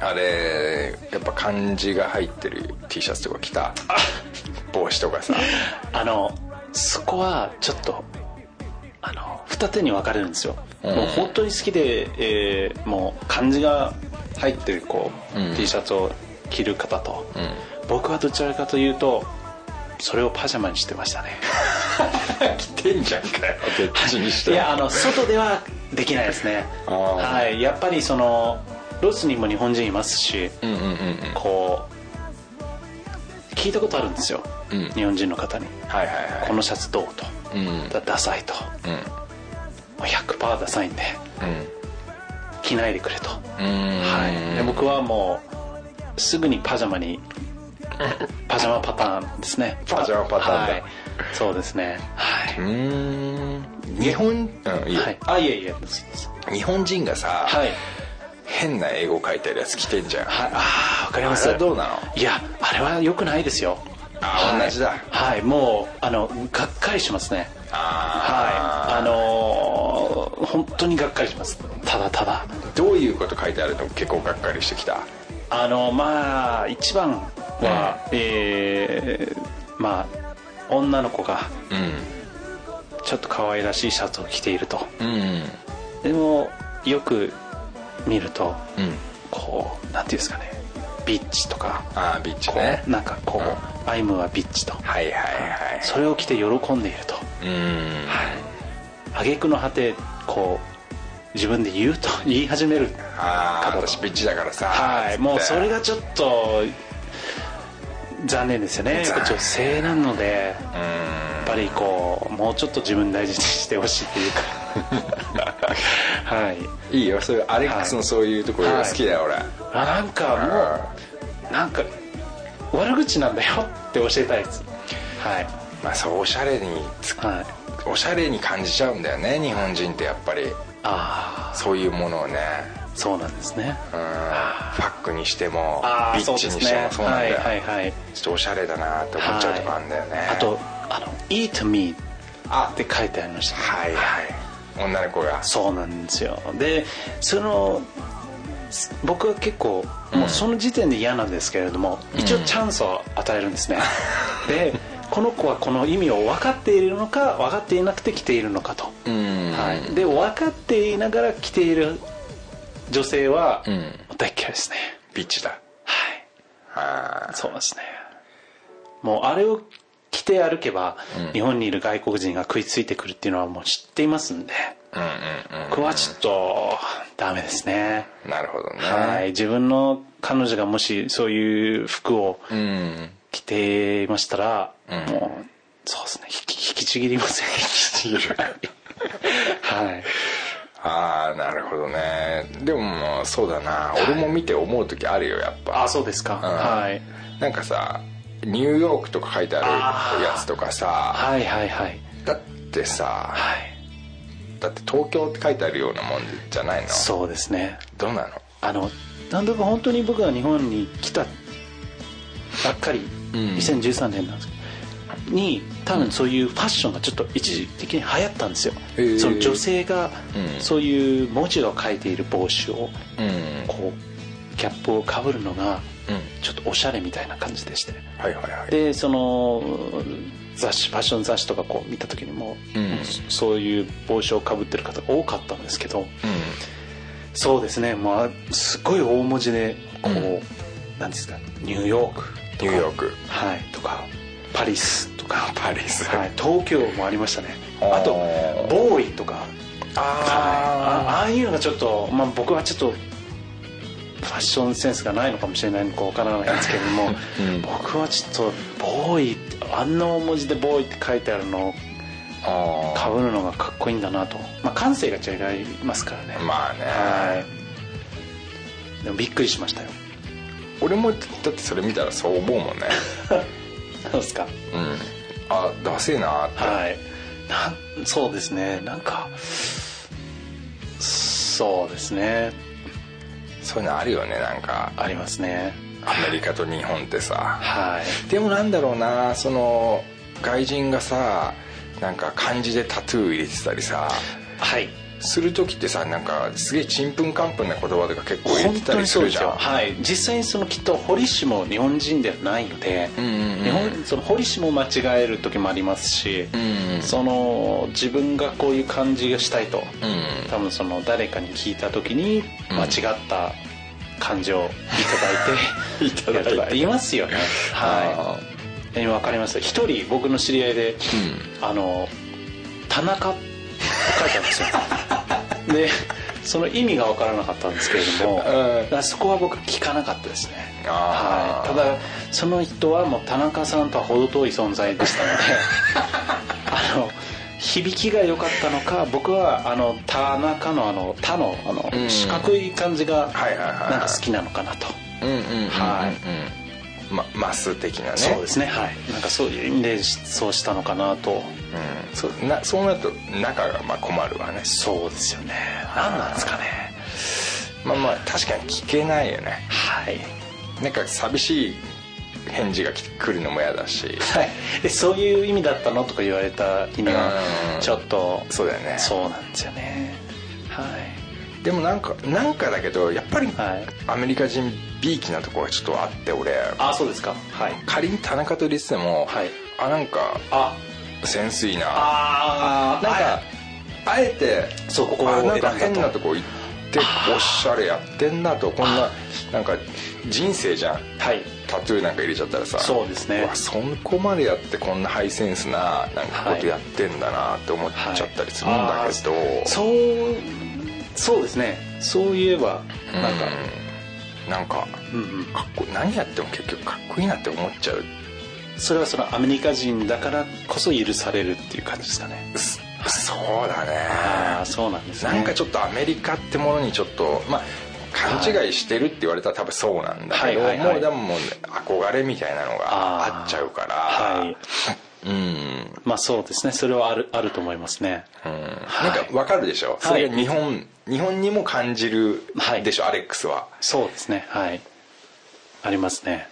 Speaker 3: あれやっぱ漢字が入ってる T シャツとか着た帽子と
Speaker 4: *laughs*
Speaker 3: かさ
Speaker 4: あのそこはちょっとあの二手に分かれるんですよ、
Speaker 3: うん
Speaker 4: もう本当に好きで、えーもう漢字が入ってるこう、
Speaker 3: うん
Speaker 4: T シャツを着る方と、
Speaker 3: ん
Speaker 4: 僕はどちらかというとそれをパジャマにしてました
Speaker 3: *laughs*
Speaker 4: ね
Speaker 3: 着てんじゃんかよどっちにして
Speaker 4: い
Speaker 3: も
Speaker 4: やあの外ではできないですね
Speaker 3: あー
Speaker 4: はいやっぱりそのロスにも日本人いますし
Speaker 3: うんうんうんうん
Speaker 4: こう聞いたことあるんですよ、
Speaker 3: うん
Speaker 4: 日本人の方に
Speaker 3: はいはいはい
Speaker 4: このシャツどうと
Speaker 3: うんうん
Speaker 4: だダサいともう100%ダサいんで着ないでくれと、
Speaker 3: うん
Speaker 4: はい、で僕はも
Speaker 3: *laughs*
Speaker 4: うすぐにパジャマにパジャマパターンですね
Speaker 3: パジャマパターンだ
Speaker 4: はいそうですねは
Speaker 3: う
Speaker 4: い、
Speaker 3: ーん日本、うんいいよ
Speaker 4: はい、あいえいえです
Speaker 3: 日本人がさ、
Speaker 4: はい
Speaker 3: 変な英語書いてるやつ着てんじゃん、
Speaker 4: はい、ああわかります
Speaker 3: あれはどうなの
Speaker 4: いやあれは良くないですよ
Speaker 3: あー
Speaker 4: はい
Speaker 3: 同じだ
Speaker 4: はいもうあのがっかりしますねはいあのー本当にがっかりしますただただ
Speaker 3: どういうこと書いてあるの結構がっかりしてきた
Speaker 4: あのまあ一番は、えーまあ女の子が
Speaker 3: う
Speaker 4: ちょっと可愛らしいシャツを着ていると
Speaker 3: んうん
Speaker 4: でもよく見ると
Speaker 3: うん
Speaker 4: こうなんていうんですかねビッチとか
Speaker 3: ああビッチ
Speaker 4: こ
Speaker 3: ね
Speaker 4: うなんかこう、アイムはビッチと
Speaker 3: はいはいはい
Speaker 4: それを着て喜んでいると
Speaker 3: うん
Speaker 4: 挙句の果てこう自分で言うと言い始める
Speaker 3: ああ
Speaker 4: 方と
Speaker 3: 私ビッチだからさ
Speaker 4: はいもうそれ
Speaker 3: が
Speaker 4: がちょっと残念ですよねやっぱ女性なのでやっぱりこうもうちょっと自分大事にしてほしいっていうか
Speaker 3: *laughs*
Speaker 4: はい
Speaker 3: *laughs* いいよそういうアレックスのそういうところが好きだよ、
Speaker 4: あなんかもうなんか悪口なんだよって教えたいですはい
Speaker 3: 俺まあそうおしゃれにつ
Speaker 4: はい
Speaker 3: おしゃれに感じちゃうんだよね日本人ってやっぱり
Speaker 4: あ
Speaker 3: そういうものをね
Speaker 4: あそうなんですね
Speaker 3: うんファックにしても
Speaker 4: ああ
Speaker 3: ビッチにしてもそうなんだよ、
Speaker 4: はいはいはい
Speaker 3: ちょっとおしゃれだなって思っちゃうとこあるんだよね、
Speaker 4: あとあの「eat me」
Speaker 3: あ
Speaker 4: って書いてありました
Speaker 3: はいはい女の子が
Speaker 4: そうなんですよでそのす僕は結構もうその時点で嫌なんですけれども、一応チャンスを与える
Speaker 3: *laughs*
Speaker 4: んですね、でこの子はこの意味を分かっているのか分かっていなくて来ているのかと、
Speaker 3: うん
Speaker 4: はい、で分かっていながら来ている女性は、
Speaker 3: うん
Speaker 4: 大っ嫌いですね
Speaker 3: ビッチだ
Speaker 4: はい
Speaker 3: あ
Speaker 4: そうですねもうあれを着て歩けば、日本にいる外国人が食いついてくるっていうのはもう知っていますんで、
Speaker 3: あうんうんうん
Speaker 4: 僕はちょっとダメですね、
Speaker 3: なるほどね
Speaker 4: はい自分の彼女がもしそういう服を
Speaker 3: うん
Speaker 4: 着ていましたら、
Speaker 3: ん
Speaker 4: もうそうですね引き引きちぎりません引きちぎる *laughs* はい
Speaker 3: ああなるほどねでももうそうだな俺も見て思う時あるよやっぱ
Speaker 4: あそうですか、
Speaker 3: ん
Speaker 4: はい、
Speaker 3: なんかさニューヨークとか書いてあるやつとかさ
Speaker 4: はいはいはい
Speaker 3: だってさ
Speaker 4: はい
Speaker 3: だって東京って書いてあるようなもんじゃないの
Speaker 4: そうですね
Speaker 3: どうなの
Speaker 4: あのなんだか本当に僕が日本に来たばっかり、
Speaker 3: うん
Speaker 4: 2013年なんですけどに多分そういうファッションがちょっと一時的に流行ったんですよ、
Speaker 3: へー
Speaker 4: その女性が
Speaker 3: うん
Speaker 4: そういう文字を書いている帽子を
Speaker 3: うん
Speaker 4: こうキャップをかぶるのが
Speaker 3: うん
Speaker 4: ちょっとおしゃれみたいな感じでして
Speaker 3: はいはいはい
Speaker 4: でその雑誌ファッション雑誌とかこう見た時にも、
Speaker 3: うん
Speaker 4: そういう帽子をかぶってる方が多かったんですけど、そうですね、まあ、すごい大文字でこう、
Speaker 3: うん
Speaker 4: なんですかニューヨークとか
Speaker 3: ニューヨーク
Speaker 4: はいとかパリスと
Speaker 3: *laughs*
Speaker 4: か
Speaker 3: パリス
Speaker 4: はい、東京もありましたね
Speaker 3: あー
Speaker 4: あとボーイとかはいあ
Speaker 3: あ
Speaker 4: ああいうのがちょっと、まあ、僕はちょっとファッションセンスがないのかもしれないのかわからないんですけれども、
Speaker 3: *laughs* うん
Speaker 4: 僕はちょっとボーイってあんな大文字でボーイって書いてあるのを
Speaker 3: ああ
Speaker 4: かぶるのがかっこいいんだなと、まあ、感性が違いますからね、
Speaker 3: まあね、
Speaker 4: はいでもびっくりしましたよ
Speaker 3: 俺もだってそれ見たらそう思うもん
Speaker 4: *laughs*
Speaker 3: ね
Speaker 4: なんですか
Speaker 3: うんあダセえなーって、
Speaker 4: はいなんそうですねなんかそうですね
Speaker 3: そういうのあるよねなんか
Speaker 4: ありますね
Speaker 3: アメリカと日本ってさ
Speaker 4: はい
Speaker 3: でもなんだろうなその外人がさなんか漢字でタトゥー入れてたりさ
Speaker 4: はい
Speaker 3: する時ってさなんかすげえちんぷんかんぷんな言葉とか結構入れてたりするじゃん
Speaker 4: はい実際にそのきっと堀氏も日本人ではないので、
Speaker 3: うんうんうん
Speaker 4: 日本その堀氏も間違える時もありますし、
Speaker 3: うんうん
Speaker 4: その自分がこういう感じがしたいと、
Speaker 3: うん
Speaker 4: 多分その誰かに聞いた時に間違った感情を *laughs* いただいていただいていますよね
Speaker 3: あ
Speaker 4: はい今分かりました一人僕の知り合いで、あの「田中」って書いてあるん *laughs* ですよでその意味が分からなかったんですけれども、
Speaker 3: うん
Speaker 4: だからそこは僕聞かなかったですね
Speaker 3: あ
Speaker 4: は
Speaker 3: ー
Speaker 4: い、ただその人はもう田中さんとは程遠い存在でしたの
Speaker 3: *laughs*
Speaker 4: であの響きが良かったのか僕はあの田中のあの「田」のあの
Speaker 3: うん
Speaker 4: 四角い感じが
Speaker 3: はいはいはいはい
Speaker 4: なんか好きなのかなと、
Speaker 3: うんうんうんうんうん
Speaker 4: はい
Speaker 3: ま、マス的なね
Speaker 4: そうですねはいなんかそういう意味でそうしたのかなと
Speaker 3: うん、そなそうなると仲がまあ困るわね
Speaker 4: そうですよね何なんですかね
Speaker 3: まあまあ確かに聞けないよね
Speaker 4: はい
Speaker 3: なんか寂しい返事が来来るのも嫌だし
Speaker 4: はい、えそういう意味だったのとか言われた意味は
Speaker 3: うん
Speaker 4: ちょっと
Speaker 3: そうだよね
Speaker 4: そうなんですよねはい
Speaker 3: でもなんかなんかだけどやっぱり
Speaker 4: はい
Speaker 3: アメリカ人びいきなところがちょっとあって俺
Speaker 4: あそうですかはい
Speaker 3: 仮に田中とリスでも、
Speaker 4: はい
Speaker 3: あなんか
Speaker 4: あ
Speaker 3: センスいいな
Speaker 4: あ
Speaker 3: なんかあえて
Speaker 4: そうここを
Speaker 3: あ
Speaker 4: 選んだ
Speaker 3: なん
Speaker 4: と
Speaker 3: か変なとこ行っておしゃれやってんなとこんななんか人生じゃん
Speaker 4: はい
Speaker 3: タトゥーなんか入れちゃったらさ
Speaker 4: そうですね
Speaker 3: わそこまでやってこんなハイセンスななんかことやってんだなって思っちゃったりするんだけど、
Speaker 4: あーそうそうですねそういえば
Speaker 3: うん
Speaker 4: なんか
Speaker 3: なんか
Speaker 4: うんうん
Speaker 3: かっこ何やっても結局かっこいいなって思っちゃう
Speaker 4: それはそのアメリカ人だからこそ許されるっていう感じですかね
Speaker 3: すそうだね
Speaker 4: ああそうなんですね
Speaker 3: なんかちょっとアメリカってものにちょっとまあ勘違いしてるって言われたら多分そうなんだけど、
Speaker 4: はいはいはい
Speaker 3: もうでももうね憧れみたいなのがあっちゃうから、
Speaker 4: はい
Speaker 3: うん
Speaker 4: まあそうですねそれはあるあると思いますね
Speaker 3: なんかわかるでしょ、それが日本日本にも感じる
Speaker 4: はい
Speaker 3: でしょ、アレックスは
Speaker 4: そうですねはいありますね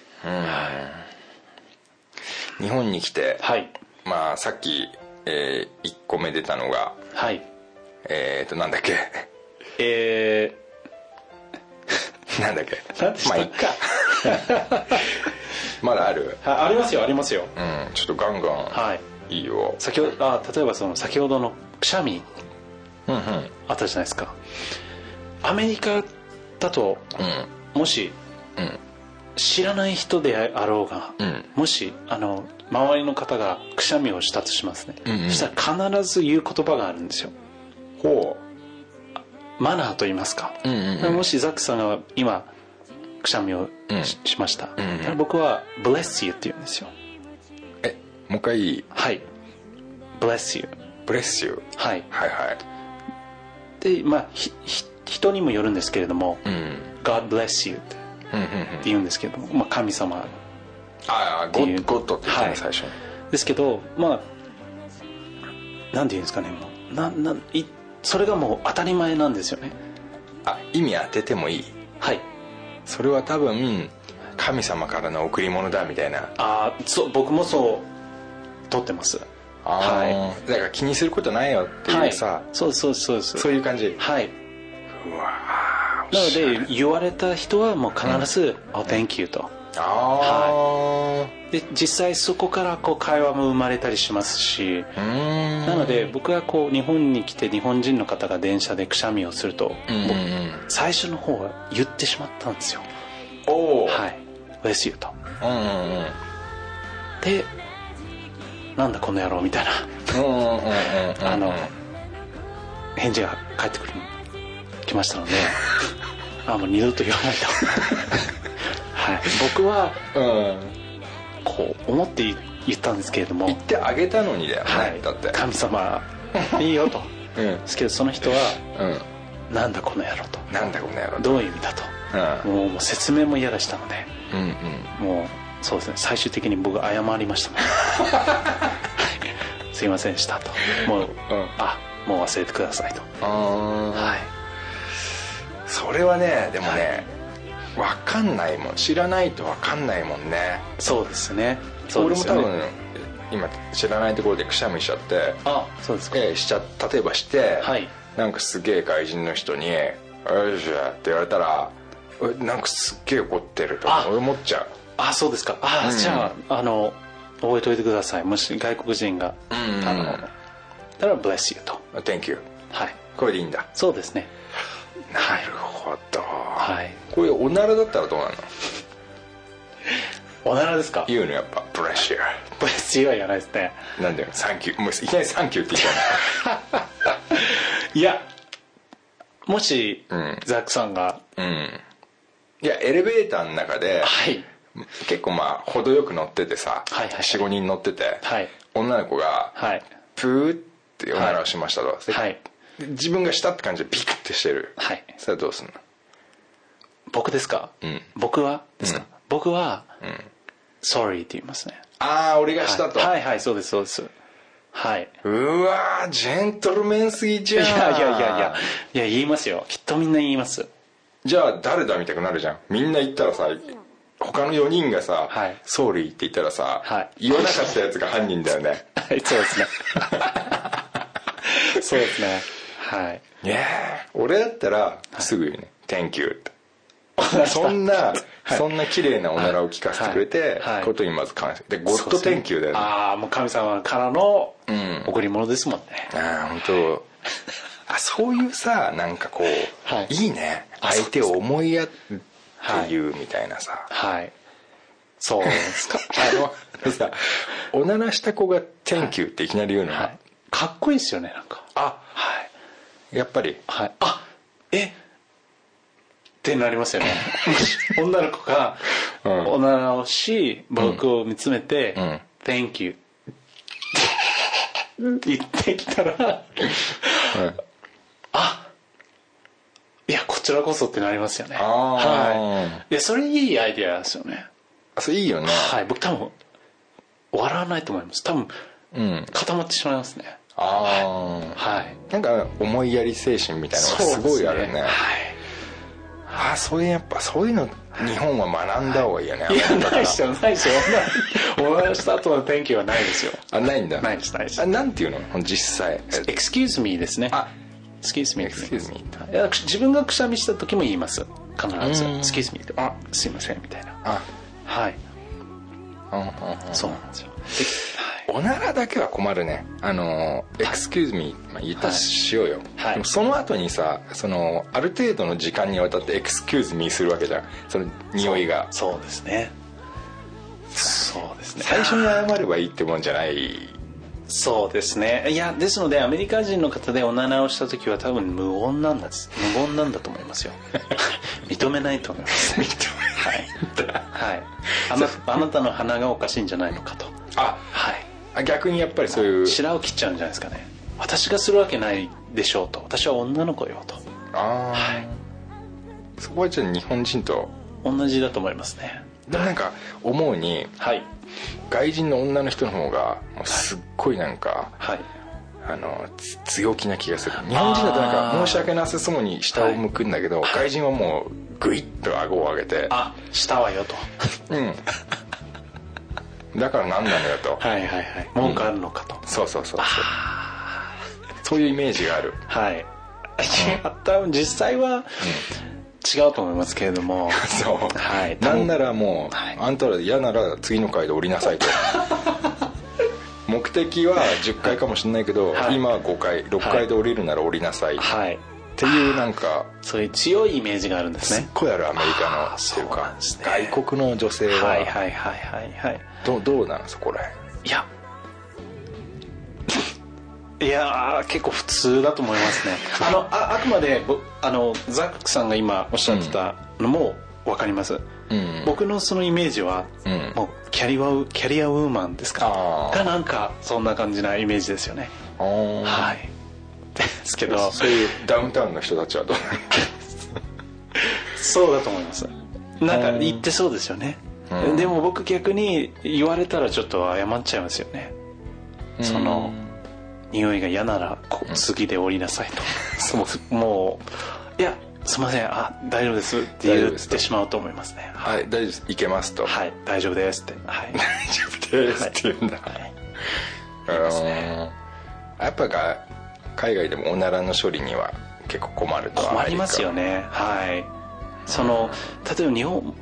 Speaker 3: 日本に来て、
Speaker 4: はい
Speaker 3: まあさっき、え1個目出たのが
Speaker 4: はい
Speaker 3: えっ、となんだっけ *laughs*
Speaker 4: え
Speaker 3: なんだっけ
Speaker 4: ー、なんでし
Speaker 3: ま
Speaker 4: た
Speaker 3: あいっかまだある
Speaker 4: あありますよありますよ
Speaker 3: うんちょっとガンガ
Speaker 4: はい
Speaker 3: ンいいよ、
Speaker 4: 先ほどあ例えばその先ほどのくしゃみ
Speaker 3: うんうん
Speaker 4: あったじゃないですかアメリカだと
Speaker 3: う
Speaker 4: もし、
Speaker 3: うん
Speaker 4: 知らない人であろうが、
Speaker 3: うん
Speaker 4: もしあの周りの方がくしゃみをしたとしますね、
Speaker 3: うんうん
Speaker 4: そしたら必ず言う言葉があるんですよ
Speaker 3: んほ
Speaker 4: マナーと言いますか、
Speaker 3: ううんうんうん
Speaker 4: もしザックさんが今くしゃみをし,、ました、
Speaker 3: んうん
Speaker 4: 僕は「bless you」って言うんですよ
Speaker 3: えもう一回いい
Speaker 4: はい「bless you
Speaker 3: 「ブレスユー」」
Speaker 4: はい
Speaker 3: はいはい
Speaker 4: でまあひひ人にもよるんですけれども
Speaker 3: うん
Speaker 4: 「God bless you」って
Speaker 3: うんうんうん
Speaker 4: 言うんですけども、まあ、神様
Speaker 3: ああ
Speaker 4: て
Speaker 3: ゴ
Speaker 4: いう
Speaker 3: ッゴッドって言った
Speaker 4: は
Speaker 3: ね
Speaker 4: い
Speaker 3: 最初に、
Speaker 4: ですけどまあなんて言うんですかねもうななんいそれがもう当たり前なんですよね
Speaker 3: あ意味当ててもいい
Speaker 4: はい
Speaker 3: それは多分神様からの贈り物だみたいな
Speaker 4: ああそう僕もそう取ってますは
Speaker 3: はいだから気にすることないよっていうさ、
Speaker 4: はい、そうですそうですそうです
Speaker 3: そういう感じ
Speaker 4: はい、
Speaker 3: うわ
Speaker 4: なので言われた人はもう必ず「Oh, thank you」と
Speaker 3: ああー、
Speaker 4: で実際そこからこう会話も生まれたりしますし
Speaker 3: うーん
Speaker 4: なので僕がこう日本に来て日本人の方が電車でくしゃみをすると、
Speaker 3: うんうんう
Speaker 4: 僕
Speaker 3: ん
Speaker 4: 最初の方は言ってしまったんですよ
Speaker 3: おお、
Speaker 4: はい「Bless you」と
Speaker 3: うんうんうん
Speaker 4: でなんだこの野郎みたいな
Speaker 3: うんうんうんうんうん
Speaker 4: あの返事が返ってくる来まし
Speaker 3: *laughs*
Speaker 4: たのであもう二度と言わないとはい僕は
Speaker 3: うん
Speaker 4: こう思って言ったんですけれども
Speaker 3: 言ってあげたのにだよね、
Speaker 4: はい
Speaker 3: だって
Speaker 4: 神様いいよと
Speaker 3: うん
Speaker 4: ですけどその人は
Speaker 3: うん
Speaker 4: なんだこの野郎と
Speaker 3: なんだこの野郎
Speaker 4: どういう意味だ
Speaker 3: う
Speaker 4: と
Speaker 3: ん
Speaker 4: もうもう説明も嫌でしたので
Speaker 3: うんうん
Speaker 4: もうそうですね最終的に僕謝りました
Speaker 3: *laughs*
Speaker 4: もんはいすいませんでしたともう、
Speaker 3: うん
Speaker 4: あもう忘れてくださいと
Speaker 3: あ
Speaker 4: はい
Speaker 3: ーそれはねでもね、わかんないもん知らないとわかんないもんね
Speaker 4: そうですねそうですよ
Speaker 3: 俺
Speaker 4: ね
Speaker 3: も多分今知らないところでくしゃみしちゃって、
Speaker 4: あそうですか
Speaker 3: えーしちゃ例えばして、
Speaker 4: はい
Speaker 3: なんかすげえ外人の人に「よいしょ」って言われたらえなんかすっげえ怒ってると
Speaker 4: あ
Speaker 3: 俺思っちゃう
Speaker 4: あそうですかあ、
Speaker 3: うん
Speaker 4: じゃああの覚えておいてくださいもし外国人が、
Speaker 3: うん
Speaker 4: あのたら「bless you」と
Speaker 3: 「Thank you
Speaker 4: はい」
Speaker 3: これでいいんだ
Speaker 4: そうですね
Speaker 3: なるほど、
Speaker 4: はい
Speaker 3: これおならだったらどうなの
Speaker 4: おならですか
Speaker 3: 言うのやっぱ「プレッシャー
Speaker 4: bless you はやらないですね」
Speaker 3: なんだよ「サンキュー」もういきなり「サンキュー」って言っ
Speaker 4: いやもし、
Speaker 3: ん
Speaker 4: ザックさんが
Speaker 3: たのうんいやエレベーターの中で
Speaker 4: はい
Speaker 3: 結構まあ程よく乗っててさ、
Speaker 4: はいはいはい
Speaker 3: 45人乗ってて、
Speaker 4: はい
Speaker 3: 女の子が
Speaker 4: はい
Speaker 3: プーっておならをしましたと、で
Speaker 4: はい
Speaker 3: 自分がしたって感じでピクってしてる
Speaker 4: はい
Speaker 3: それはどうすんの
Speaker 4: 僕ですか、
Speaker 3: ん
Speaker 4: 僕はですか、僕は、 sorry って言いますね
Speaker 3: ああ俺がしたと、
Speaker 4: はい、はいはいそうですそうですはいう
Speaker 3: わージェントルメンすぎ
Speaker 4: い
Speaker 3: じゃ
Speaker 4: や
Speaker 3: ん
Speaker 4: いやいやいやいや言いますよきっとみんな言います
Speaker 3: じゃあ誰だみたいになるじゃんみんな言ったらさ他の4人がさ
Speaker 4: はい
Speaker 3: 「ソーリー」って言ったらさ、
Speaker 4: はい
Speaker 3: 言わなかったやつが犯人だよね
Speaker 4: はいそうですね *laughs* そうですねはい
Speaker 3: いやー俺だったらすぐ言うね「Thank you」ってそんな、そんな綺麗なおならを聞かせてくれて、
Speaker 4: はいはい
Speaker 3: ことにまず感謝で「ゴッド
Speaker 4: そうですね
Speaker 3: Thank you」だよねあ
Speaker 4: ああもう神様からの
Speaker 3: ん
Speaker 4: 贈り物ですもんね、
Speaker 3: あ本当。あそういうさなんかこう、
Speaker 4: はい
Speaker 3: いね相手を思いやっていうみたいなさ、
Speaker 4: はいそうで
Speaker 3: *laughs*
Speaker 4: すか
Speaker 3: あのあのさおならした子が「Thank you」っていきなり言うのは、
Speaker 4: はいかっこいいですよねなんか
Speaker 3: あ
Speaker 4: はい
Speaker 3: やっぱり
Speaker 4: はいあえってなります
Speaker 3: *laughs*
Speaker 4: よね女の子が
Speaker 3: ん
Speaker 4: おならをし僕を見つめて
Speaker 3: ん
Speaker 4: 「Thank you」言ってきた
Speaker 3: *laughs*
Speaker 4: ら
Speaker 3: うん
Speaker 4: いやこちらこそってなりますよね
Speaker 3: あー
Speaker 4: はいいやそれいいアイデアですよね
Speaker 3: あそれいいよね
Speaker 4: はい僕多分笑わないと思います多分
Speaker 3: うん
Speaker 4: 固まってしまいますね
Speaker 3: ああ
Speaker 4: はい
Speaker 3: なんか思いやり精神みたいなのがすごいあるね
Speaker 4: そうですはい
Speaker 3: あそういうやっぱそういうの日本は学んだ方がいいよね、
Speaker 4: いやないですよないですよおならした後の Thank you はないですよ
Speaker 3: あないんだ
Speaker 4: ないですないです
Speaker 3: あなんていうの実際
Speaker 4: Excuse me ですね
Speaker 3: あ
Speaker 4: Excuse me
Speaker 3: Excuse me
Speaker 4: いや自分がくしゃみした時も言います必ず
Speaker 3: うん
Speaker 4: Excuse me ってあすいませんみたいな
Speaker 3: あ
Speaker 4: はい
Speaker 3: うんうんうん
Speaker 4: そうなんですよ
Speaker 3: おならだけは困るねあの「excuse me」まあ言ったとしようよ、
Speaker 4: はい
Speaker 3: でもその後にさそのある程度の時間にわたって「excuse me」するわけじゃんその匂いが
Speaker 4: そうですねそうですね
Speaker 3: 最初に謝ればいいってもんじゃない
Speaker 4: そうですねいやですのでアメリカ人の方でおならをした時は多分無言なんです無言なんだと思い *laughs* ますよ認めないと思います認めないはい、はい、あなあなたの鼻がおかしいんじゃないのかと
Speaker 3: *laughs* あ
Speaker 4: はい
Speaker 3: あ逆にやっぱりそういう
Speaker 4: 白を切っちゃうんじゃないですかね私がするわけないでしょうと私は女の子よと
Speaker 3: ああ、
Speaker 4: はい
Speaker 3: そこはちょっと日本人と
Speaker 4: 同じだと思いますね
Speaker 3: でもなんか思うに
Speaker 4: はい
Speaker 3: 外人の女の人の方がもうすっごいなんか、
Speaker 4: はい
Speaker 3: あのつ強気な気がする日本人だとなん
Speaker 4: あ
Speaker 3: か
Speaker 4: ー
Speaker 3: 申し訳なさそうに下を向くんだけど、外人はもうグイッと顎を上げて
Speaker 4: あしたわよと
Speaker 3: うんだから何なのよと、
Speaker 4: はいはいはい文句あるのかと、
Speaker 3: そうそうそうそうそういうイメージがある
Speaker 4: はいいや *laughs* 多分実際は違うと思いますけれども
Speaker 3: そう、
Speaker 4: はい
Speaker 3: なんならもう、
Speaker 4: はい
Speaker 3: あんたら嫌なら次の回で降りなさい
Speaker 4: *laughs*
Speaker 3: と目的は10回かもしれないけど、
Speaker 4: はい
Speaker 3: 今は5回6回で降りるなら降りなさい、っ
Speaker 4: はい
Speaker 3: ていうなんか
Speaker 4: そういう強いイメージがあるんです
Speaker 3: すっ
Speaker 4: ね
Speaker 3: ごいあるアメリカの
Speaker 4: あー
Speaker 3: っていう
Speaker 4: そうな
Speaker 3: か
Speaker 4: んですね
Speaker 3: 外国の女性は、
Speaker 4: はいはいはいはいはい
Speaker 3: どうどうなのそこらへん
Speaker 4: いやいやー結構普通だと思いま
Speaker 3: *laughs*
Speaker 4: すねあのああくまでぼあのザックさんが今おっしゃってたのも分かります、
Speaker 3: うん
Speaker 4: 僕のそのイメージは、
Speaker 3: うん
Speaker 4: もうキャリアウキャリアウーマンですか
Speaker 3: あー
Speaker 4: がなんかそんな感じなイメージですよね
Speaker 3: は
Speaker 4: はい *laughs* ですけ
Speaker 3: *laughs*
Speaker 4: ど
Speaker 3: そういうダウンタウンの人たちはどう
Speaker 4: そうだと思いますなんか言ってそうですよね、
Speaker 3: うん
Speaker 4: でも僕逆に言われたらちょっと謝っちゃいますよね、その匂いが嫌ならこ次で降りなさいと、そうもういやすいませんあ大丈夫ですって
Speaker 3: 大丈夫
Speaker 4: 言
Speaker 3: で
Speaker 4: っ
Speaker 3: す
Speaker 4: てしまうと思いますね
Speaker 3: はい大丈夫ですいけますと
Speaker 4: はい大丈夫ですってはい
Speaker 3: 大丈夫です *laughs* って言うんだ、
Speaker 4: はい
Speaker 3: あのやっぱが海外でもおならの処理には結構困るとは
Speaker 4: 困りますよねはいその例えば日本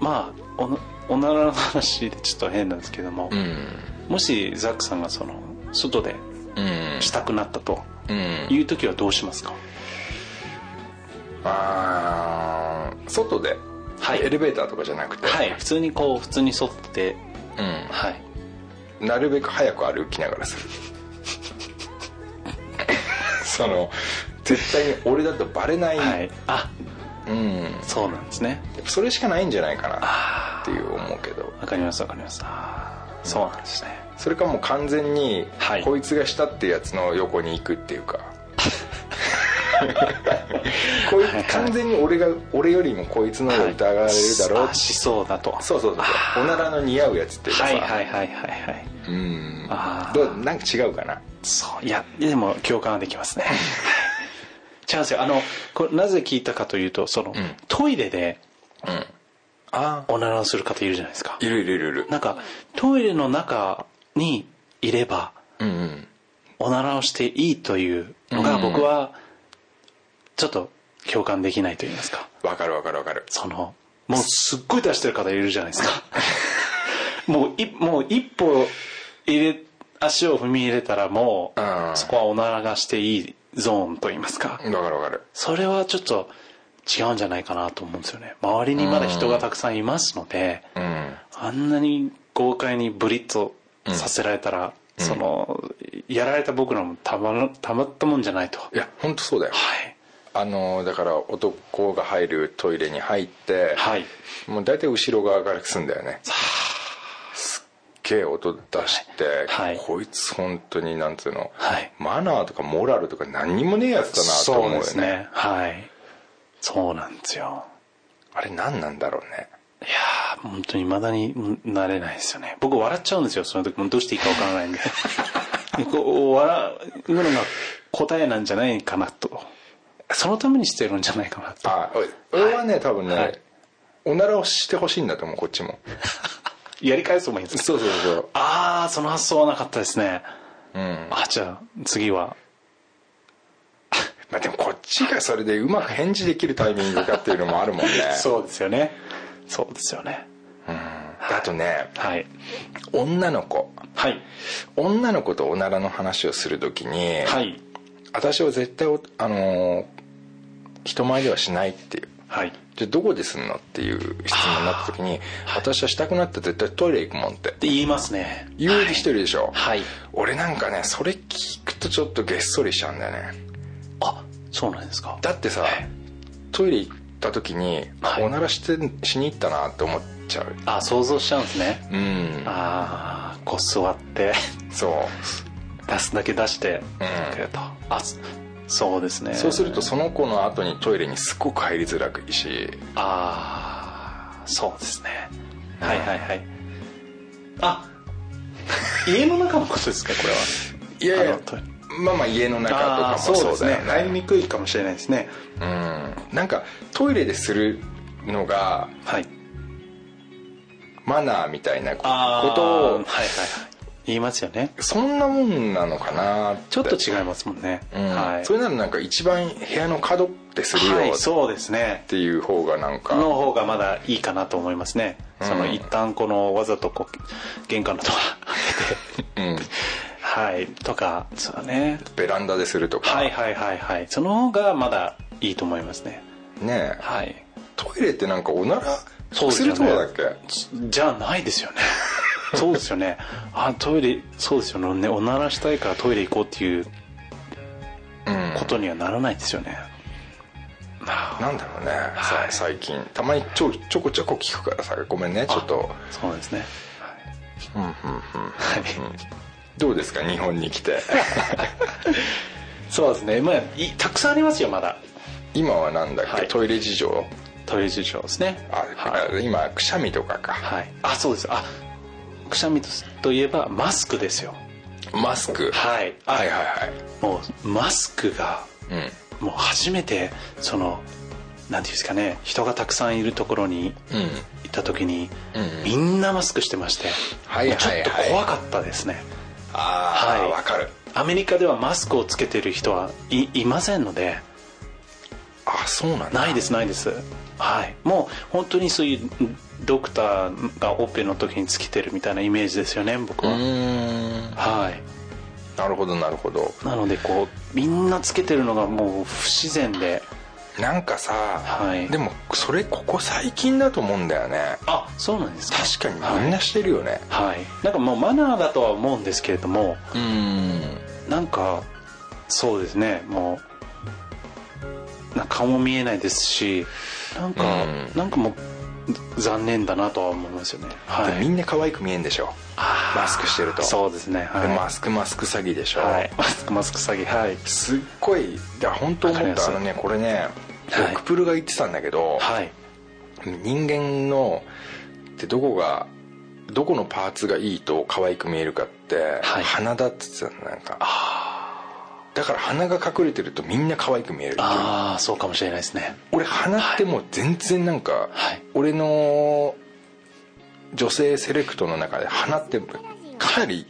Speaker 4: まあおなおならの話でちょっと変なんですけども、
Speaker 3: うん
Speaker 4: もしザックさんがその外で
Speaker 3: うん
Speaker 4: したくなったと
Speaker 3: うん
Speaker 4: いう時はどうしますか
Speaker 3: あー外で、
Speaker 4: はい
Speaker 3: エレベーターとかじゃなくて、
Speaker 4: はい普通にこう普通に外ではい
Speaker 3: うん、なるべく早く歩きながらするその絶対に俺だとバレない、
Speaker 4: はいあ
Speaker 3: うん
Speaker 4: そうなんですね
Speaker 3: やっぱそれしかないんじゃないかなっていう思うけど
Speaker 4: わかりますわかりますあーそうなんですね
Speaker 3: それかもう完全に
Speaker 4: はい
Speaker 3: こいつがしたってやつの横に行くっていうか、こい
Speaker 4: はいはい
Speaker 3: 完全に俺が俺よりもこいつの方が疑われるだろう、
Speaker 4: あしそうだと
Speaker 3: そうそうそうそうおならの似合うやつっていうか
Speaker 4: は
Speaker 3: さ、
Speaker 4: いはいはいはいはい
Speaker 3: うん
Speaker 4: あー
Speaker 3: どうなんか違うかな
Speaker 4: そういやでも共感はでき *laughs* ますね違うんですよあのこれなぜ聞いたかというとその、
Speaker 3: ん
Speaker 4: トイレで
Speaker 3: あ
Speaker 4: おならをする方いるじゃないですか
Speaker 3: いるいるいるいる
Speaker 4: なんかトイレの中にいれば
Speaker 3: うんうん
Speaker 4: おならをしていいというのが
Speaker 3: うん
Speaker 4: 僕はちょっと共感できないと言いますか
Speaker 3: わかるわかるわかる
Speaker 4: そのもうすっごい出してる方いるじゃない *laughs* ですかもういもう一歩入れ足を踏み入れたらも
Speaker 3: うん
Speaker 4: うそこはおならがしていいゾーンと言いますか
Speaker 3: わかるわかる
Speaker 4: それはちょっと違うんじゃないかなと思うんですよね周りにまだ人がたくさんいますので、
Speaker 3: うん
Speaker 4: あんなに豪快にブリッとさせられたら、そのやられた僕らもたまらたまったもんじゃないとはい
Speaker 3: や本当そうだよ
Speaker 4: い
Speaker 3: あのだから男が入るトイレに入って、
Speaker 4: はい
Speaker 3: もう大体後ろ側からすんだよねすっげえ音出して、
Speaker 4: はいはい
Speaker 3: こいつ本当になんつうの、
Speaker 4: はい
Speaker 3: マナーとかモラルとか何にもねえやつだなと思うよね
Speaker 4: そうですねはいそうなんですよ
Speaker 3: あれ何なんだろうね
Speaker 4: いやー本当にまだになれないですよね僕笑っちゃうんですよその時もうどうしていいかわから *laughs* ないんでこう笑うのが答えなんじゃないかなとそのためにしてるんじゃないかなと
Speaker 3: あおい俺はね、多分ね、
Speaker 4: はい
Speaker 3: おならをしてほしいんだと思うこっちも
Speaker 4: やり返すと思いいんですか
Speaker 3: そうそうそう
Speaker 4: ああその発想はなかったですね
Speaker 3: うん
Speaker 4: あじゃあ次は
Speaker 3: まあでもこっちがそれでうまく返事できるタイミングかっていうのもあるもんね
Speaker 4: そうですよねそうですよね
Speaker 3: あとね
Speaker 4: はい
Speaker 3: 女の子
Speaker 4: はい
Speaker 3: 女の子とおならの話をするときに、
Speaker 4: はい
Speaker 3: 私は絶対おあのー人前ではしないっていう
Speaker 4: はい
Speaker 3: じゃあどこですんのっていう質問になった時に、私はしたくなったら絶対トイレ行くもんって
Speaker 4: で言いますね
Speaker 3: 言う人いるでしょ、
Speaker 4: はい
Speaker 3: 俺なんかねそれ聞くとちょっとげっそりしちゃうんだよね
Speaker 4: あそうなんですか
Speaker 3: だってさ
Speaker 4: はい
Speaker 3: トイレ行った時に、
Speaker 4: はい
Speaker 3: おならしてしに行ったなって思っちゃう
Speaker 4: あ想像しちゃうんですね
Speaker 3: うん
Speaker 4: ああこう座って *laughs*
Speaker 3: そう
Speaker 4: 出すだけ出して
Speaker 3: うん
Speaker 4: くれと、あそそうですね
Speaker 3: そうするとその子の後にトイレにすごく入りづらくいいし
Speaker 4: ああそうですねはいはいはいあ家の中のことですかこれはい
Speaker 3: やいや
Speaker 4: あのトイレ
Speaker 3: まあまあ家の中とか
Speaker 4: あ
Speaker 3: も
Speaker 4: ーそうで
Speaker 3: そう
Speaker 4: す
Speaker 3: だ
Speaker 4: ね
Speaker 3: よね
Speaker 4: 入りにくいかもしれないですね
Speaker 3: うんなんかトイレでするのが
Speaker 4: はい
Speaker 3: マナーみたいなこ
Speaker 4: あ
Speaker 3: と
Speaker 4: はいは
Speaker 3: を
Speaker 4: いはい言いますよね
Speaker 3: そんなもんなのかなて
Speaker 4: ちょっと違いますもんね、
Speaker 3: うん
Speaker 4: はい
Speaker 3: それならなんか一番部屋の角ってするよ
Speaker 4: はい
Speaker 3: っ
Speaker 4: そうですね
Speaker 3: ていう方がなんか、
Speaker 4: の方がまだいいかなと思いますね、その一旦このわざとこう玄関のドア開けて
Speaker 3: うん、
Speaker 4: はいとかそうだね
Speaker 3: ベランダでするとか、
Speaker 4: はいはいはいはいその方がまだいいと思いますね
Speaker 3: ねえ
Speaker 4: はい
Speaker 3: トイレってなんかおなら
Speaker 4: そうです
Speaker 3: す
Speaker 4: よね
Speaker 3: るとこだっけ
Speaker 4: じゃないですよねそうですよねあトイレそうですよねおならしたいからトイレ行こうっていう
Speaker 3: うん
Speaker 4: ことにはならないですよね、あ
Speaker 3: なんだろうね、
Speaker 4: はい
Speaker 3: さ最近たまにちょちょこちょこ聞くからさごめんねちょっと
Speaker 4: ーそうですね
Speaker 3: うんうんうん
Speaker 4: はい
Speaker 3: どうですか日本に来て
Speaker 4: そうですねまあいたくさんありますよまだ
Speaker 3: 今はなんだっけ、
Speaker 4: はい
Speaker 3: トイレ事情
Speaker 4: トイレ事情ですね
Speaker 3: あ、
Speaker 4: はい
Speaker 3: あ今くしゃみとかか、
Speaker 4: はい、あそうですあくしゃみとといえばマスクですよ
Speaker 3: マスク、
Speaker 4: はいあ
Speaker 3: はいはいはい
Speaker 4: もうマスクが
Speaker 3: う
Speaker 4: もう初めてそのなんていうんですかね人がたくさんいるところに
Speaker 3: んうん
Speaker 4: 行った時に、
Speaker 3: うんうん
Speaker 4: みんなマスクしてまして、
Speaker 3: はいはいはい
Speaker 4: もうちょっと怖かったですね
Speaker 3: ああ、
Speaker 4: はい
Speaker 3: わかる
Speaker 4: アメリカではマスクをつけてる人はいいませんので
Speaker 3: あそうなんだ
Speaker 4: ないですないですはいもう本当にそういうドクターがオペの時につけてるみたいなイメージですよね僕
Speaker 3: う
Speaker 4: は、
Speaker 3: ーん
Speaker 4: はい
Speaker 3: なるほどなるほど
Speaker 4: なのでこうみんなつけてるのがもう不自然で
Speaker 3: なんかさ、
Speaker 4: はい
Speaker 3: でもそれここ最近だと思うんだよね
Speaker 4: あそうなんですか
Speaker 3: 確かにみんなしてるよね、
Speaker 4: はい、はいなんかもうマナーだとは思うんですけれども
Speaker 3: うーん
Speaker 4: なんかそうですねもうなんか顔も見えないですしなんか、
Speaker 3: うん
Speaker 4: なんかもう残念だなとは思いますよねは
Speaker 3: でみ
Speaker 4: い
Speaker 3: んな可愛く見えんでしょ
Speaker 4: あー
Speaker 3: マスクしてると
Speaker 4: そうですねは
Speaker 3: で
Speaker 4: い
Speaker 3: マスクマスク詐欺でしょ、
Speaker 4: はい、マスクマスク詐欺はい
Speaker 3: すっごいいや本当思
Speaker 4: わかり
Speaker 3: っ
Speaker 4: ます
Speaker 3: たあのねこれね
Speaker 4: はい
Speaker 3: クプルが言ってたんだけど、
Speaker 4: はい
Speaker 3: 人間のってどこがどこのパーツがいいと可愛く見えるかって、
Speaker 4: はい
Speaker 3: 鼻だって言ってたのなんかだから鼻が隠れてるとみんな可愛く見えるっていう
Speaker 4: ああそうかもしれないですね
Speaker 3: 俺鼻ってもう全然なんか、
Speaker 4: はい
Speaker 3: 俺の女性セレクトの中で鼻ってかなり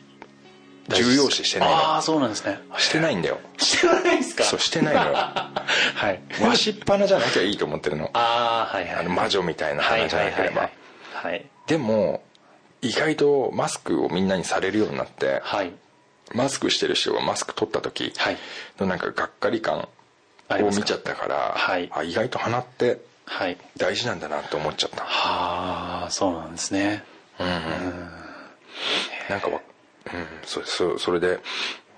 Speaker 3: 重要視してない
Speaker 4: ああそうなんですね
Speaker 3: のしてないんだよ
Speaker 4: してないですか
Speaker 3: そうしてないのよ
Speaker 4: *laughs*
Speaker 3: わ
Speaker 4: はい
Speaker 3: しっぱなじゃなきゃいいと思ってるの
Speaker 4: ああはいは
Speaker 3: あ
Speaker 4: い
Speaker 3: の魔女みたいな鼻じゃなければ
Speaker 4: はいはい
Speaker 3: でも意外とマスクをみんなにされるようになって
Speaker 4: はい
Speaker 3: マスクしてる人がマスク取った時
Speaker 4: はい
Speaker 3: のなんかがっかり感
Speaker 4: あり
Speaker 3: を
Speaker 4: ますか
Speaker 3: 見ちゃったから、
Speaker 4: はい
Speaker 3: あ意外と鼻って
Speaker 4: はい
Speaker 3: 大事なんだなって思っちゃった
Speaker 4: はあそうなんですね
Speaker 3: なんかわうんそそそれで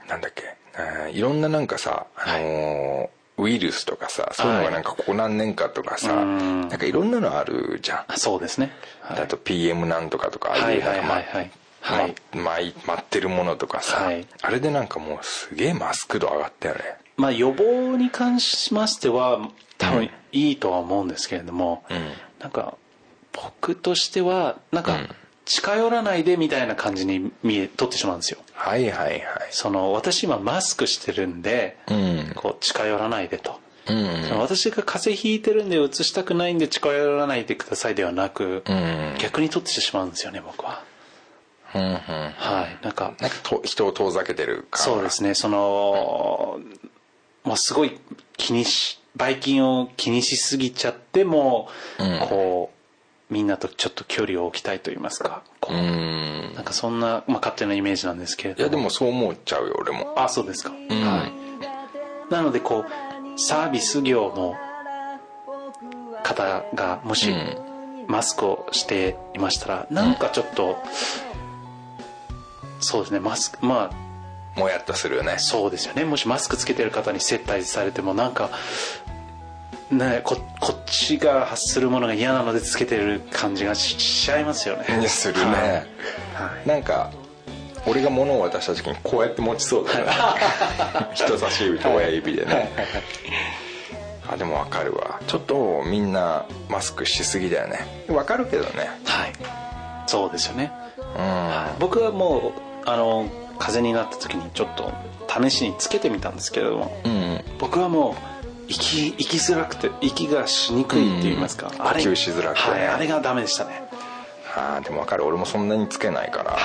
Speaker 3: なんだっけ、えーいろんななんかさ、あのーウイルスとかさそういうのがなんかここ何年かとかさ、
Speaker 4: うん
Speaker 3: なんかいろんなのあるじゃん、
Speaker 4: あそうですねはい
Speaker 3: だと PM なんとかとかああ
Speaker 4: はいいう
Speaker 3: な
Speaker 4: は
Speaker 3: ん
Speaker 4: い
Speaker 3: か
Speaker 4: はいはい
Speaker 3: ま
Speaker 4: はい
Speaker 3: ま舞い舞ってるものとかさ、
Speaker 4: はい
Speaker 3: あれでなんかもうすげえマスク度上がったよね
Speaker 4: まあ予防に関しましては多分いいとは思うんですけれども、なんか僕としてはなん
Speaker 3: う
Speaker 4: か
Speaker 3: ん
Speaker 4: 近寄らないでみたいな感じに見え取ってしまうんですよ
Speaker 3: はいはいはい
Speaker 4: その私今マスクしてるんで、
Speaker 3: うん
Speaker 4: こう近寄らないでと、
Speaker 3: うん
Speaker 4: その私が風邪ひいてるんでうつしたくないんで近寄らないでくださいではなく、
Speaker 3: うん
Speaker 4: 逆に取ってしまうんですよね僕は
Speaker 3: うんうん
Speaker 4: はいなんか
Speaker 3: なんかと人を遠ざけてる感
Speaker 4: そうですねその、もうすごい気にしばい菌を気にしすぎちゃっても、
Speaker 3: うん
Speaker 4: こうみんなとちょっと距離を置きたいと言いますかこう
Speaker 3: うん
Speaker 4: なんかそんな、まあ、勝手なイメージなんですけれど
Speaker 3: いやでもそう思っちゃうよ俺も
Speaker 4: あそうですか、
Speaker 3: ん
Speaker 4: はいなのでこうサービス業の方がもし、
Speaker 3: うん
Speaker 4: マスクをしていましたらなんかちょっと、そうですねマスクまあ
Speaker 3: もやっとするよね
Speaker 4: そうですよねもしマスクつけてる方に接待されてもなんかねここっちが発するものが嫌なのでつけてる感じがししちゃいますよね
Speaker 3: するね、
Speaker 4: はい
Speaker 3: なんか俺が物を渡した時にこうやって持ちそうだね *laughs* 人差し指と親指でねあでもわかるわちょっとみんなマスクしすぎだよねわかるけどね
Speaker 4: はいそうですよね
Speaker 3: うん
Speaker 4: 僕はもうあの風邪になった時にちょっと試しにつけてみたんですけれども
Speaker 3: うん
Speaker 4: 僕はもう息息づらくて息がしにくいって言いますか、
Speaker 3: うん呼吸しづらくてね
Speaker 4: はいあれがダメでしたね
Speaker 3: あーでもわかる俺もそんなにつけないから、
Speaker 4: はい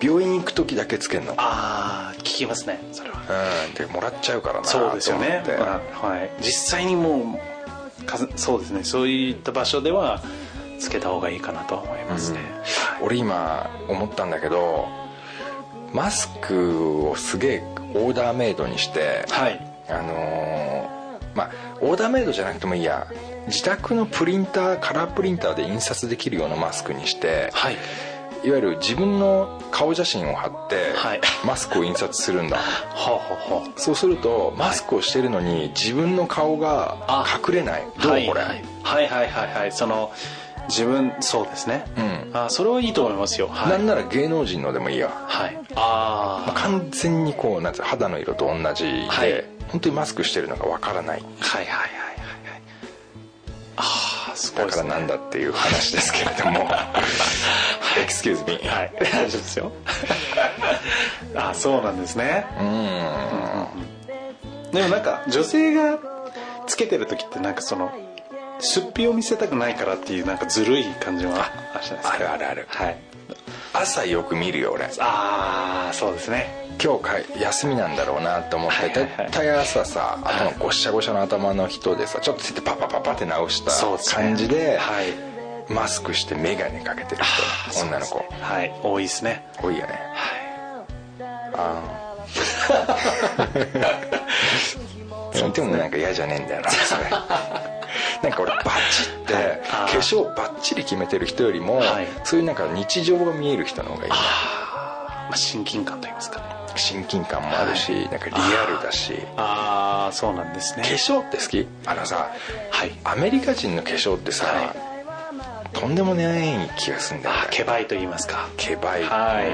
Speaker 3: 病院行く時だけつけんの
Speaker 4: ああ聞きますねそれは
Speaker 3: うんでもらっちゃうからな
Speaker 4: そうですよね
Speaker 3: と思って
Speaker 4: まあはい実際にもうかそうですねそういった場所ではつけた方がいいかなとは思いますね、
Speaker 3: 俺今思ったんだけどマスクをすげえオーダーメイドにして
Speaker 4: はい
Speaker 3: あのーまあオーダーメイドじゃなくてもいいや自宅のプリンターカラープリンターで印刷できるようなマスクにして
Speaker 4: はい
Speaker 3: いわゆる自分の顔写真を貼って、
Speaker 4: はい
Speaker 3: マスクを印刷するんだ
Speaker 4: ほうほうほう
Speaker 3: そうするとマスクをしてるのに自分の顔が
Speaker 4: あ
Speaker 3: 隠れないどうこれ、
Speaker 4: はいはいはいはいはいその自分そうですね、
Speaker 3: うん
Speaker 4: あそれはいいと思いますよはい
Speaker 3: なんなら芸能人のでもいいや
Speaker 4: はい、あ
Speaker 3: まあ
Speaker 4: あ
Speaker 3: 完全にこうなんていうの肌の色と同じで、
Speaker 4: はい
Speaker 3: 本当にマスクしてるのがわからない
Speaker 4: はいはいはいはいはいああすごい
Speaker 3: だ
Speaker 4: で
Speaker 3: から
Speaker 4: すね
Speaker 3: なんだっていう話ですけれども *laughs* Excuse me
Speaker 4: はい大丈 *laughs* 夫ですよあそうなんですねうんでもなんか女性がつけてる時ってなんかその出費を見せたくないからっていうなんかずるい感じはあるじゃないですか
Speaker 3: あるあるある
Speaker 4: はい
Speaker 3: 朝よく見るよ俺
Speaker 4: ああそうですね
Speaker 3: 今日か休みなんだろうなと思っ
Speaker 4: はい
Speaker 3: て
Speaker 4: はいはい
Speaker 3: 大体朝さ頭ごっしゃごしゃの頭の人でさちょっとついてパパパパって直した
Speaker 4: そうですね
Speaker 3: 感じで
Speaker 4: はい
Speaker 3: マスクして眼鏡かけてる人女の子
Speaker 4: はい多いですね
Speaker 3: 多いよねああそれでもなんか嫌じゃねえんだよなそれなんか俺バッチって化
Speaker 4: あー
Speaker 3: 粧バッチリ決めてる人よりも
Speaker 4: はい
Speaker 3: そういうなんか日常が見える人の方がいいね
Speaker 4: まあ、親近感と言いますかね
Speaker 3: 親近感もあるしなんかリアルだし
Speaker 4: ああそうなんですね
Speaker 3: 化粧って好きあのさ
Speaker 4: はい
Speaker 3: アメリカ人の化粧ってさ、
Speaker 4: は
Speaker 3: とんでもない気がするんだよ
Speaker 4: あ
Speaker 3: ね
Speaker 4: ーけばいと言いますか
Speaker 3: けばい
Speaker 4: はい、
Speaker 3: う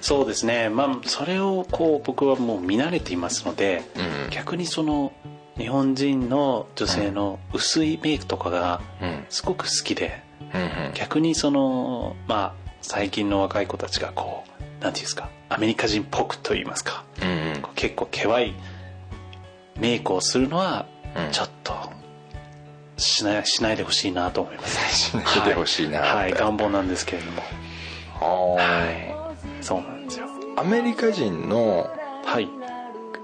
Speaker 4: そうですねまあそれをこう僕はもう見慣れていますので、
Speaker 3: うん
Speaker 4: 逆にその日本人の女性の薄いメイクとかが
Speaker 3: うん
Speaker 4: すごく好きで
Speaker 3: うんうん
Speaker 4: 逆にそのまあ最近の若い子たちがこうなんていうんですかアメリカ人っぽくと言いますか
Speaker 3: うんうん
Speaker 4: こう結構けわいメイクをするのは
Speaker 3: うん
Speaker 4: ちょっとしないしないでほしいなと思います
Speaker 3: しないでほしいな
Speaker 4: はい、はい
Speaker 3: って
Speaker 4: 願望なんですけれども
Speaker 3: あー
Speaker 4: はいそうなんですよ
Speaker 3: アメリカ人の
Speaker 4: はい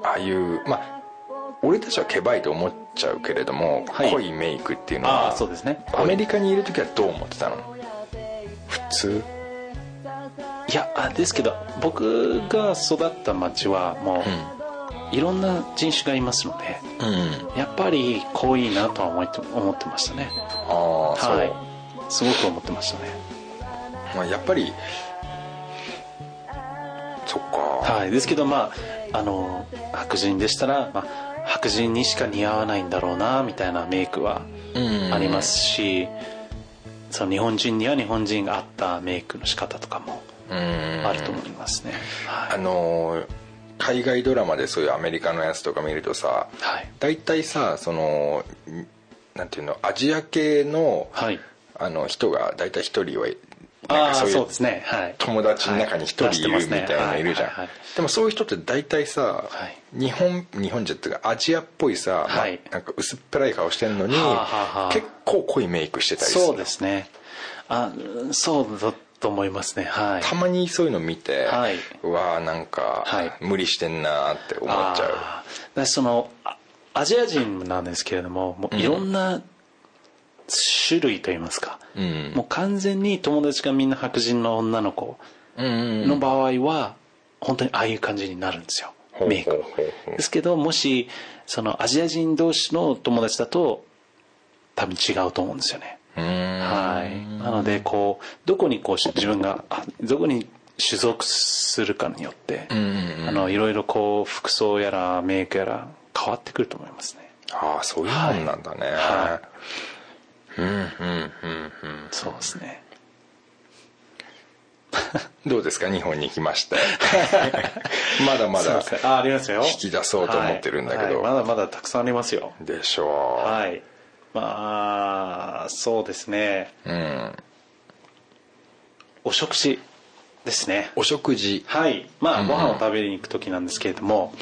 Speaker 3: ああいうまあ俺たちはケバいと思っちゃうけれども、
Speaker 4: はい
Speaker 3: 濃いメイクっていうの
Speaker 4: あ
Speaker 3: は
Speaker 4: あそうですね
Speaker 3: アメリカにいる時はどう思ってたの普通
Speaker 4: いやあですけど僕が育った町はもういろんな人種がいますので
Speaker 3: うん、
Speaker 4: やっぱり濃いなとは思って思ってましたね
Speaker 3: ああそう、
Speaker 4: はいすごく思ってましたね
Speaker 3: まあ、やっぱりそっか、
Speaker 4: はいですけどまああの白人でしたら、まあ、白人にしか似合わないんだろうなみたいなメイクは
Speaker 3: うん
Speaker 4: ありますし、その日本人には日本人が合ったメイクの仕方とかも
Speaker 3: うん
Speaker 4: あると思いますね、は
Speaker 3: あ
Speaker 4: い、
Speaker 3: のー海外ドラマでそういうアメリカのやつとか見るとさ
Speaker 4: はい
Speaker 3: 大体さそのんなんていうのアジア系の,、
Speaker 4: はい
Speaker 3: あの人が大体一人はなんか
Speaker 4: ああ
Speaker 3: そうい
Speaker 4: そう
Speaker 3: う
Speaker 4: ですねはい
Speaker 3: 友達の中に一人いるみたいなのいるじゃん、
Speaker 4: はい
Speaker 3: でもそういう人って大体さ、
Speaker 4: はい
Speaker 3: 日本日本人っていうかアジアっぽいさ、まあ
Speaker 4: はい
Speaker 3: なんか薄っぺらい顔してんのに、
Speaker 4: はあはあはあ
Speaker 3: 結構濃いメイクしてたりする
Speaker 4: そうですねあそうだと思いますねはい
Speaker 3: たまにそういうの見て、
Speaker 4: はいう
Speaker 3: わあなんか、
Speaker 4: はい
Speaker 3: 無理してんなーって思っちゃ
Speaker 4: あーだからそのあアジア人なんですけれどももういろんな種類といいますか、
Speaker 3: ううん
Speaker 4: もう完全に友達がみんな白人の女の子
Speaker 3: うん
Speaker 4: の場合は本当にああいう感じになるんですよ
Speaker 3: ほうほうほうほう
Speaker 4: メイクもですけどもしそのアジア人同士の友達だと多分違うと思うんですよね
Speaker 3: うん
Speaker 4: はいなのでこうどこにこうし自分があどこに所属するかによって
Speaker 3: うんうんうん
Speaker 4: あのいろいろこう服装やらメイクやら変わってくると思いますね
Speaker 3: ああそういうもんなんだね、
Speaker 4: は
Speaker 3: うんうんうんうん
Speaker 4: そうですね
Speaker 3: どうですか日本に来まして
Speaker 4: *laughs*
Speaker 3: まだまだ
Speaker 4: そうですねあありますよ
Speaker 3: 引き出そうと思ってるんだけど
Speaker 4: はいはいまだまだたくさんありますよ
Speaker 3: でしょう、
Speaker 4: はいまあそうですね
Speaker 3: うん
Speaker 4: お食事ですね
Speaker 3: お食事
Speaker 4: はいま
Speaker 3: う
Speaker 4: あ
Speaker 3: ん
Speaker 4: ご飯を食べに行く時なんですけれども、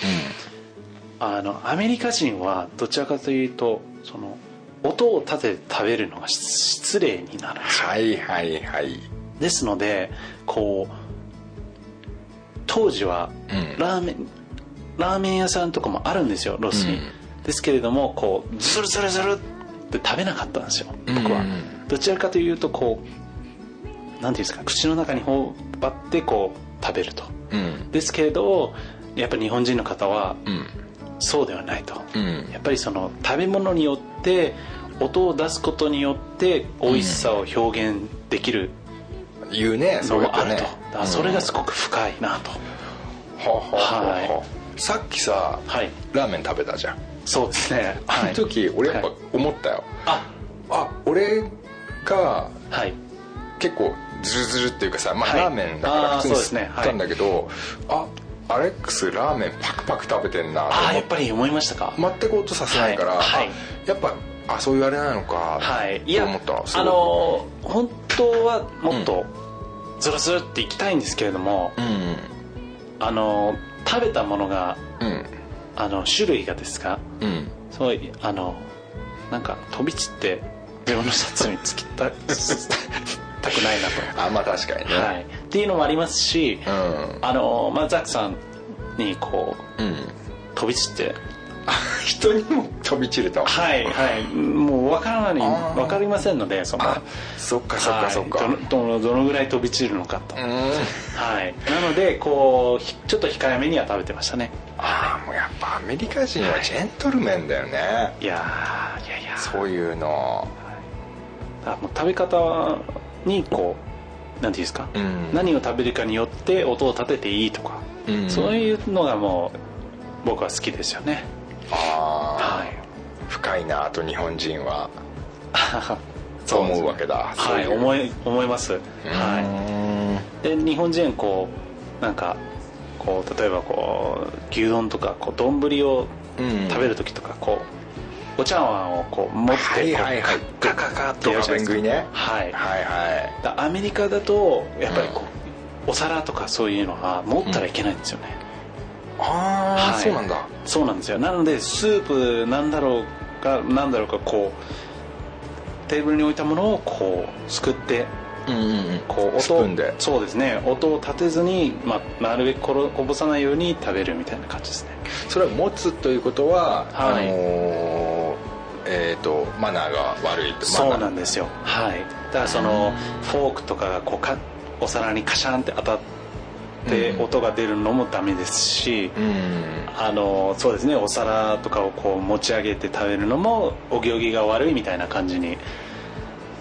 Speaker 4: あのアメリカ人はどちらかというとその音を立てて食べるのが失礼になるんですよ
Speaker 3: はいはいはい
Speaker 4: ですのでこう当時は
Speaker 3: うん
Speaker 4: ラーメン、ラーメン屋さんとかもあるんですよロスに、ですけれどもこうズルズルズルって食べなかったんですよ僕は、
Speaker 3: うん
Speaker 4: どちらかというとこうなんていうんですか口の中に頬張ってこう食べると
Speaker 3: うん
Speaker 4: ですけれどやっぱり日本人の方は
Speaker 3: うん
Speaker 4: そうではないと、
Speaker 3: うん
Speaker 4: やっぱりその食べ物によって音を出すことによって美味しさを表現できる
Speaker 3: 言うねそ
Speaker 4: の
Speaker 3: うやっ
Speaker 4: があ
Speaker 3: て
Speaker 4: ると、
Speaker 3: ね
Speaker 4: だからそれがすごく深いなと、
Speaker 3: はははは
Speaker 4: は
Speaker 3: さっきさ
Speaker 4: はい
Speaker 3: ラーメン食べたじゃん
Speaker 4: そうですね
Speaker 3: あの時俺やっぱ
Speaker 4: はい
Speaker 3: 思ったよ
Speaker 4: あ
Speaker 3: あ俺が
Speaker 4: はい
Speaker 3: 結構ズルズルっていうかさまあ
Speaker 4: はい
Speaker 3: ラーメンだから
Speaker 4: あー
Speaker 3: 普通に
Speaker 4: そうですね
Speaker 3: 吸ったんだけどあアレックスラーメンパクパク食べてんな
Speaker 4: ああ
Speaker 3: と
Speaker 4: やっぱり思いましたか、
Speaker 3: 思って全く音させないから
Speaker 4: はいはい
Speaker 3: あやっぱあそういうあれなのか
Speaker 4: はいい
Speaker 3: と
Speaker 4: や
Speaker 3: 思ったわすご
Speaker 4: あ
Speaker 3: く
Speaker 4: のー本当はもっとズルズルっていきたいんですけれども、
Speaker 3: う
Speaker 4: あのー食べたものが
Speaker 3: んうん
Speaker 4: あの種類がですか
Speaker 3: うん
Speaker 4: そうあのなんか飛び散って自分のシャツにつきた *laughs* たくないなと、
Speaker 3: あまあ確かにね、
Speaker 4: はい、っていうのもありますし、あのまあ、ザックさんにこう
Speaker 3: うんうん
Speaker 4: 飛び散って
Speaker 3: 人にも飛び散ると
Speaker 4: はいはいもう分からない
Speaker 3: あー
Speaker 4: 分かりませんのでその
Speaker 3: あそっかそっ
Speaker 4: は
Speaker 3: か
Speaker 4: い
Speaker 3: そっか、
Speaker 4: どのどのどのぐらい飛び散るのかと、
Speaker 3: うん
Speaker 4: はい、なのでこうひちょっと控えめには食べてましたね
Speaker 3: ああもうやっぱアメリカ人はジェントルメンだよね、
Speaker 4: いやーいやいや
Speaker 3: そういうの
Speaker 4: あもう食べ方にこう何ていうんですか、
Speaker 3: うん
Speaker 4: 何を食べるかによって音を立てていいとか、
Speaker 3: うん
Speaker 4: そういうのがもう僕は好きですよね
Speaker 3: ああ
Speaker 4: *laughs* はい
Speaker 3: 深いなと日本人はそう思うわけだ
Speaker 4: はい
Speaker 3: そう
Speaker 4: 思い思います、は
Speaker 3: はい
Speaker 4: で日本人こうなんかこう例えばこう牛丼とかこう丼を
Speaker 3: うん
Speaker 4: 食べる時とかこう、お茶碗をこう持ってこう、
Speaker 3: はいはいはい
Speaker 4: カッカッカッカッってやるじゃな
Speaker 3: ドカ
Speaker 4: いですか
Speaker 3: ベン食いね
Speaker 4: はい
Speaker 3: はいはい
Speaker 4: だからアメリカだとやっぱりこう、お皿とかそういうのは持ったらいけないんですよね、
Speaker 3: ああ、
Speaker 4: はい
Speaker 3: そうなんだ
Speaker 4: そうなんですよなのでスープなんだろうかなんだろうかこうテーブルに置いたものをこうすくって
Speaker 3: うんうんうん
Speaker 4: こう音
Speaker 3: スプーンで
Speaker 4: そうですね音を立てずに、まあ、なるべくころこぼさないように食べるみたいな感じですね
Speaker 3: それは持つということは、
Speaker 4: はい
Speaker 3: あのーえっ、とマナーが悪いと
Speaker 4: そう
Speaker 3: マナ
Speaker 4: な
Speaker 3: ー
Speaker 4: んですよはいだからそのフォークとかがこうかお皿にカシャンって当たって
Speaker 3: うん
Speaker 4: 音が出るのもダメですし、
Speaker 3: うん
Speaker 4: あのそうですねお皿とかをこう持ち上げて食べるのもお行儀が悪いみたいな感じに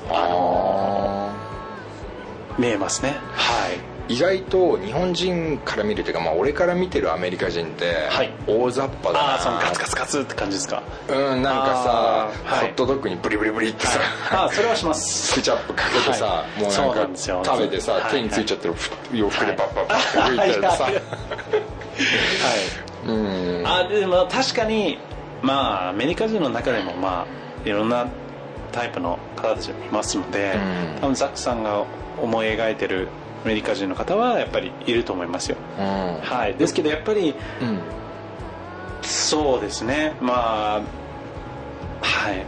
Speaker 4: あの
Speaker 3: あ
Speaker 4: 見えますねはい
Speaker 3: ー意外と日本人から見るというか、まあ、俺から見てるアメリカ人って
Speaker 4: はい
Speaker 3: 大雑把だな、
Speaker 4: ああーそのガツガツガツって感じですか
Speaker 3: うんなんかさ
Speaker 4: あ、ーはい
Speaker 3: ホットドッグにブリブリブリってさ、
Speaker 4: あーそれはします
Speaker 3: ケチャップかけてさ、
Speaker 4: はい
Speaker 3: も
Speaker 4: そう
Speaker 3: う
Speaker 4: な
Speaker 3: なんん
Speaker 4: で
Speaker 3: か
Speaker 4: すよ
Speaker 3: 食べてさ、
Speaker 4: はい
Speaker 3: 手についちゃってる、ふ洋服でパッパッパッって
Speaker 4: はい
Speaker 3: 拭いてさ、
Speaker 4: はい
Speaker 3: うん
Speaker 4: あでも確かにまあアメリカ人の中でもまあいろんなタイプの方たちもいますので、
Speaker 3: うん
Speaker 4: 多分ザックさんが思い描いてるアメリカ人の方はやっぱりいると思いますよ、
Speaker 3: うん
Speaker 4: はい、ですけどやっぱり
Speaker 3: うん
Speaker 4: そうですねまあはい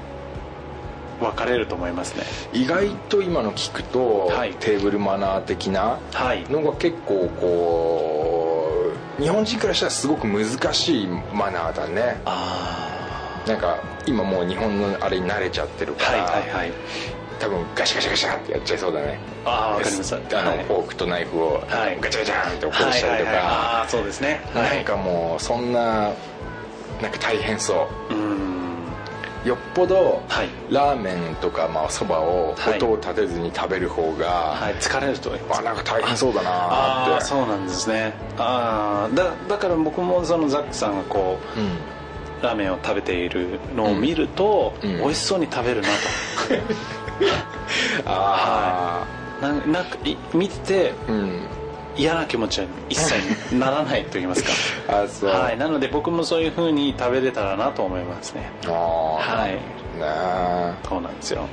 Speaker 4: 分かれると思いますね
Speaker 3: 意外と今の聞くと、
Speaker 4: はい
Speaker 3: テーブルマナー的な
Speaker 4: はい
Speaker 3: のが結構こう日本人からしたらすごく難しいマナーだね
Speaker 4: あ
Speaker 3: なんか今もう日本のあれに慣れちゃってるか
Speaker 4: はい
Speaker 3: ら、
Speaker 4: はいはい
Speaker 3: 多分ガシャガシャガシャってやっちゃいそうだね
Speaker 4: ああ分かります
Speaker 3: あの、
Speaker 4: はい
Speaker 3: フォークとナイフを
Speaker 4: はい
Speaker 3: ガチャガチャンって落っこしたりとか、
Speaker 4: はいはいはいああそうですねは
Speaker 3: なん
Speaker 4: い
Speaker 3: かもうそんななんか大変そう
Speaker 4: ーん
Speaker 3: うよっぽど、
Speaker 4: はい
Speaker 3: ラーメンとかまあそばを
Speaker 4: はい
Speaker 3: 音を立てずに食べる方が、
Speaker 4: はい疲れると思います
Speaker 3: あなんか大変そうだな
Speaker 4: あ
Speaker 3: ーっ
Speaker 4: あ
Speaker 3: て
Speaker 4: そうなんですねああだだから僕もそのザックさんがこ
Speaker 3: う
Speaker 4: うラーメンを食べているのを見ると、
Speaker 3: うんうん
Speaker 4: 美味しそうに食べるな
Speaker 3: ああ
Speaker 4: となんなんかい見てて
Speaker 3: ー、うん
Speaker 4: 嫌な気持ちは一切ならないと言い *laughs* ますか
Speaker 3: あそう、
Speaker 4: はいなので僕もそういう風に食べれたらなと思いますね
Speaker 3: あー
Speaker 4: はい
Speaker 3: ねえ
Speaker 4: そうなんですよはい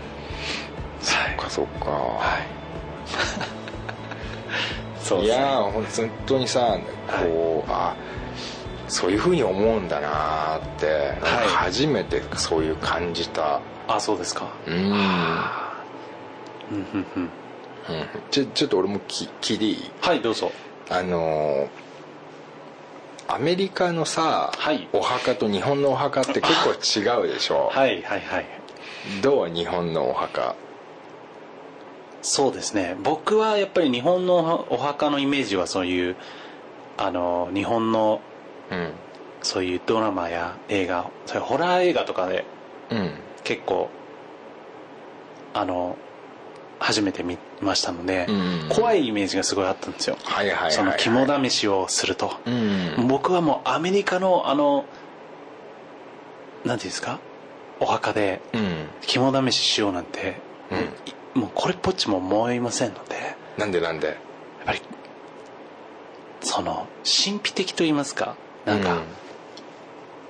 Speaker 3: そっかそっか、
Speaker 4: *laughs* そう
Speaker 3: い
Speaker 4: ですね
Speaker 3: やー本当にさこう、あそういうふうに思うんだなーって、なんか初めてそういう感じた
Speaker 4: あそうですか
Speaker 3: うん、うん、
Speaker 4: うんうんうん
Speaker 3: ちょちょっと俺もき聞いていい
Speaker 4: はいどうぞ
Speaker 3: あのーアメリカのさ、
Speaker 4: はい
Speaker 3: お墓と日本のお墓って結構違うでしょ、
Speaker 4: *laughs* はいはいはい
Speaker 3: どう日本のお墓
Speaker 4: そうですね僕はやっぱり日本のお墓のイメージはそういうあの日本の
Speaker 3: うん
Speaker 4: そういうドラマや映画そういうホラー映画とかで
Speaker 3: うん
Speaker 4: 結構あの初めて見ましたので、
Speaker 3: うん
Speaker 4: 怖いイメージがすごいあったんですよ、
Speaker 3: はいはいはい、はい、
Speaker 4: その肝試しをすると、
Speaker 3: うん
Speaker 4: 僕はもうアメリカのあのなんていうんですかお墓で
Speaker 3: うん
Speaker 4: 肝試ししようなんて、
Speaker 3: うん
Speaker 4: いもうこれっぽっちも思いませんので
Speaker 3: なんでなんで
Speaker 4: やっぱりその神秘的と言いますかなんか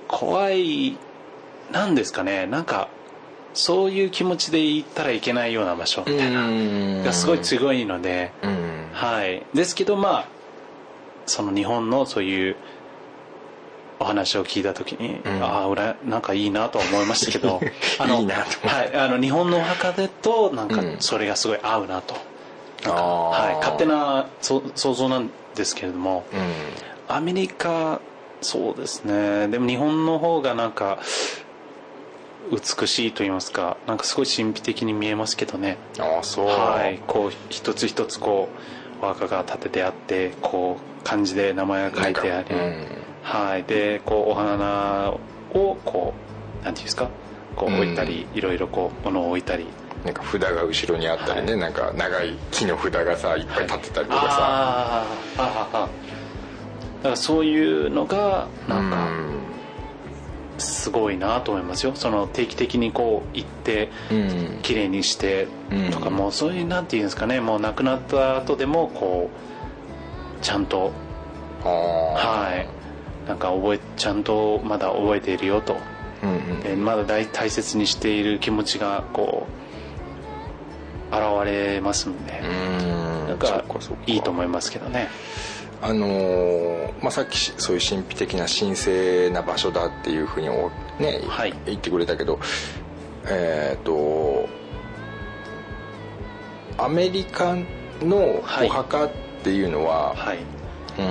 Speaker 4: 怖いなんですかねなんかそういう気持ちで行ったらいけないような場所
Speaker 3: う
Speaker 4: みたいな、
Speaker 3: ん
Speaker 4: がすごい
Speaker 3: い、
Speaker 4: 強いので、
Speaker 3: うん、
Speaker 4: はいですけどまあその日本のそういうお話を聞いた時に、
Speaker 3: ん
Speaker 4: ああ俺なんかいいなとは思いましたけ
Speaker 3: *laughs*
Speaker 4: どあの
Speaker 3: いいなと思って
Speaker 4: はい、あの日本のお墓でとなんか
Speaker 3: うん
Speaker 4: それがすごい合うなと、
Speaker 3: ああ
Speaker 4: はい、勝手なそ想像なんですけれども
Speaker 3: う
Speaker 4: アメリカそうですねでも日本の方がなんか美しいと言いますかなんかすごい神秘的に見えますけどね
Speaker 3: んああそう、
Speaker 4: はいこう一つ一つこうお墓が建ててあってこう漢字で名前が書いてあり、
Speaker 3: うん
Speaker 4: はいでこうお花をこうなんていうんですかこう置いたり、いろいろこう物を置いたり
Speaker 3: なんか札が後ろにあったりね、なんか長い木の札がさいっぱい立ってたりとかさ、
Speaker 4: あーあーあーあーだからそういうのがなんか、すごいなと思いますよその定期的にこう行って
Speaker 3: うん
Speaker 4: 綺麗にして
Speaker 3: うん
Speaker 4: とか、もうそういうなんていうんですかねもう亡くなった後でもこうちゃんと
Speaker 3: ああ
Speaker 4: はいなんか覚えちゃんとまだ覚えているよと
Speaker 3: ううんうん
Speaker 4: でまだ大大切にしている気持ちがこう現れますので、
Speaker 3: うん
Speaker 4: なんか
Speaker 3: そっそっ
Speaker 4: いいと思いますけどね
Speaker 3: あのーまあ、さっきしそういう神秘的な神聖な場所だっていうふうにお、ね
Speaker 4: はい
Speaker 3: 言ってくれたけどえっ、とアメリカのお
Speaker 4: はい
Speaker 3: 墓っていうのは、
Speaker 4: はいう
Speaker 3: ーん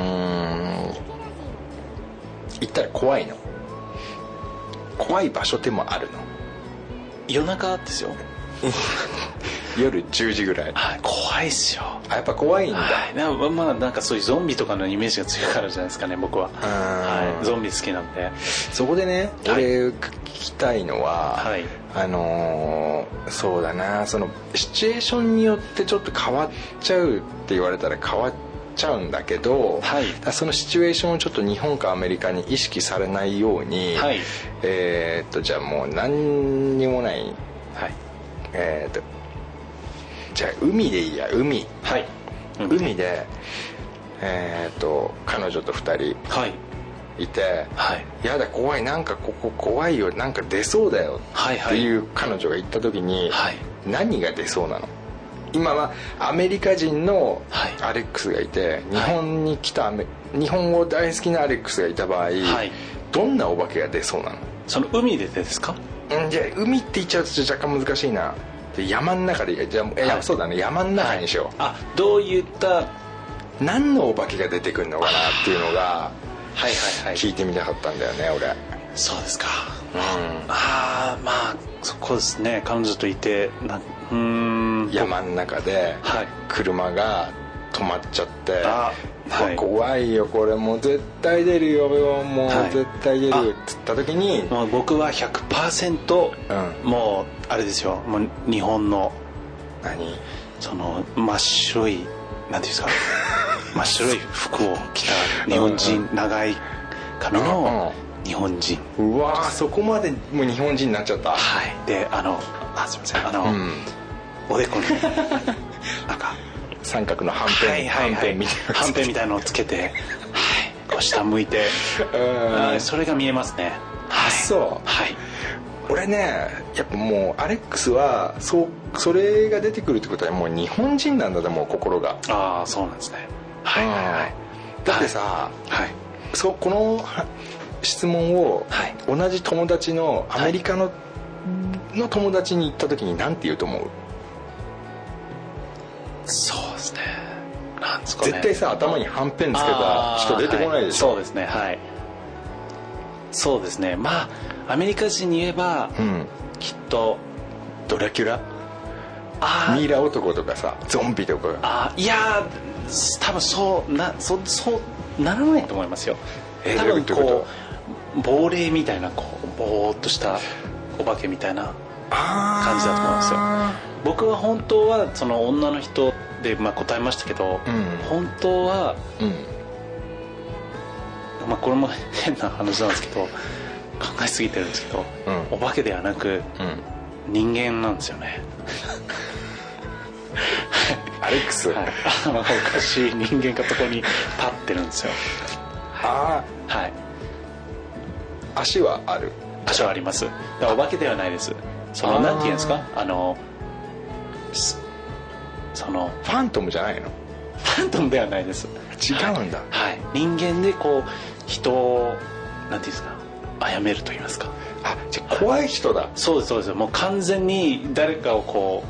Speaker 3: 行ったら怖いの怖い場所でもあるの
Speaker 4: 夜中ですよ
Speaker 3: 夜10時ぐらい
Speaker 4: はい怖いっすよ
Speaker 3: あやっぱ怖いんだ、
Speaker 4: はいなままだなんかそういうゾンビとかのイメージが強いからじゃないですかね僕は
Speaker 3: ーん
Speaker 4: はいゾンビ好きなんで
Speaker 3: そこでね、
Speaker 4: はい
Speaker 3: 俺聞きたいのは、
Speaker 4: はい
Speaker 3: あのーそうだなそのシチュエーションによってちょっと変わっちゃうって言われたら変わっちゃうんだけど、
Speaker 4: はい
Speaker 3: だからそのシチュエーションをちょっと日本かアメリカに意識されないように、
Speaker 4: はい
Speaker 3: えーっとじゃあもう何にもない
Speaker 4: はい
Speaker 3: えーっとじゃあ海でいいや海
Speaker 4: はい
Speaker 3: 海でえーっと彼女と2人
Speaker 4: はい
Speaker 3: いて
Speaker 4: はい
Speaker 3: やだ怖いなんかここ怖いよなんか出そうだよ
Speaker 4: はい
Speaker 3: っ
Speaker 4: は
Speaker 3: て
Speaker 4: い
Speaker 3: いう彼女が言った時に、
Speaker 4: はい
Speaker 3: 何が出そうなの今はアメリカ人の
Speaker 4: はい
Speaker 3: アレックスがいて、日本に来たアメ日本語大好きなアレックスがいた場合、
Speaker 4: はい
Speaker 3: どんなお化けが出そうな
Speaker 4: その海でですか
Speaker 3: のんじゃあ海って言っちゃうと若干難しいなで山の中でじゃあ、え
Speaker 4: はい
Speaker 3: そうだね山の中にしよう、
Speaker 4: あどういったは
Speaker 3: 何のお化けが出てくるのかなっていうのが
Speaker 4: いはいはい
Speaker 3: 聞いてみたかったんだよね俺
Speaker 4: そうですか
Speaker 3: う
Speaker 4: ああまあそこですね彼女といてなうーん
Speaker 3: ん山の中で
Speaker 4: はい
Speaker 3: 車が止まっちゃって、
Speaker 4: あ
Speaker 3: う
Speaker 4: は
Speaker 3: わ
Speaker 4: い
Speaker 3: 怖いよこれもう絶対出るよもう
Speaker 4: はい
Speaker 3: 絶対出る
Speaker 4: あ
Speaker 3: よっつった時に、
Speaker 4: もう僕は100%、
Speaker 3: う
Speaker 4: もうあれですよもう日本の
Speaker 3: 何
Speaker 4: その真っ白いなんていうんで
Speaker 3: *laughs*
Speaker 4: すか真っ白い服を着た日本人、
Speaker 3: うん
Speaker 4: 長い髪の日本人、
Speaker 3: うわーそこまでもう日本人になっちゃった
Speaker 4: はいであのあすいませんあの、
Speaker 3: うん
Speaker 4: おでこになんか
Speaker 3: 三角のはんぺん、
Speaker 4: はいは
Speaker 3: は
Speaker 4: い
Speaker 3: ん
Speaker 4: は
Speaker 3: ぺ
Speaker 4: い
Speaker 3: んみたいな
Speaker 4: はんぺんみたいのをつ
Speaker 3: *laughs*
Speaker 4: けてはいこう下向いて
Speaker 3: うん
Speaker 4: はいそれが見えますねはい
Speaker 3: そう
Speaker 4: はい
Speaker 3: 俺ねやっぱもうアレックスはそうそれが出てくるってことはもう日本人なんだと思う心が
Speaker 4: ああそうなんですねはいはいはい
Speaker 3: うんだってさ、
Speaker 4: はい
Speaker 3: そうこのは質問を
Speaker 4: はい
Speaker 3: 同じ友達の
Speaker 4: い
Speaker 3: アメリカの,、の友達に行った時に何て言うと思う
Speaker 4: そうですねなんですかね
Speaker 3: 絶対さ頭にはんぺんつけた
Speaker 4: あー
Speaker 3: 人出てこないでしょ、
Speaker 4: はそうですねはいそうですねまあアメリカ人に言えば
Speaker 3: うん
Speaker 4: きっと
Speaker 3: ドラキュラ
Speaker 4: あー
Speaker 3: ミイラ男とかさゾンビとかが
Speaker 4: あーいやー多分そうなそそうならないと思いますよ
Speaker 3: え
Speaker 4: 多
Speaker 3: どうい
Speaker 4: 分
Speaker 3: うこと
Speaker 4: こう亡霊みたいなこうぼーっとしたお化けみたいな感
Speaker 3: 感
Speaker 4: じだと思うんですよ僕は本当はその女の人で、まあ、答えましたけど、
Speaker 3: うん
Speaker 4: 本当は、
Speaker 3: うん
Speaker 4: まあ、これも変な話なんですけど考えすぎてるんですけど、
Speaker 3: うん
Speaker 4: お化けではなく
Speaker 3: うん
Speaker 4: 人間なんですよね、
Speaker 3: アレックス、
Speaker 4: はい、あのおかしい人間がそこに立ってるんですよ
Speaker 3: あ
Speaker 4: はい
Speaker 3: あ足はある
Speaker 4: 足はありますだからお化けではないですそ
Speaker 3: あ
Speaker 4: の
Speaker 3: ー
Speaker 4: なんていうんですかあのすその
Speaker 3: ファントムじゃないの
Speaker 4: ファントムではないです
Speaker 3: 違うんだ、
Speaker 4: はい、人間でこう人をなんていうんですか殺めると言いますか
Speaker 3: あじゃあ怖い人だ
Speaker 4: そうですそうですもう完全に誰かをこ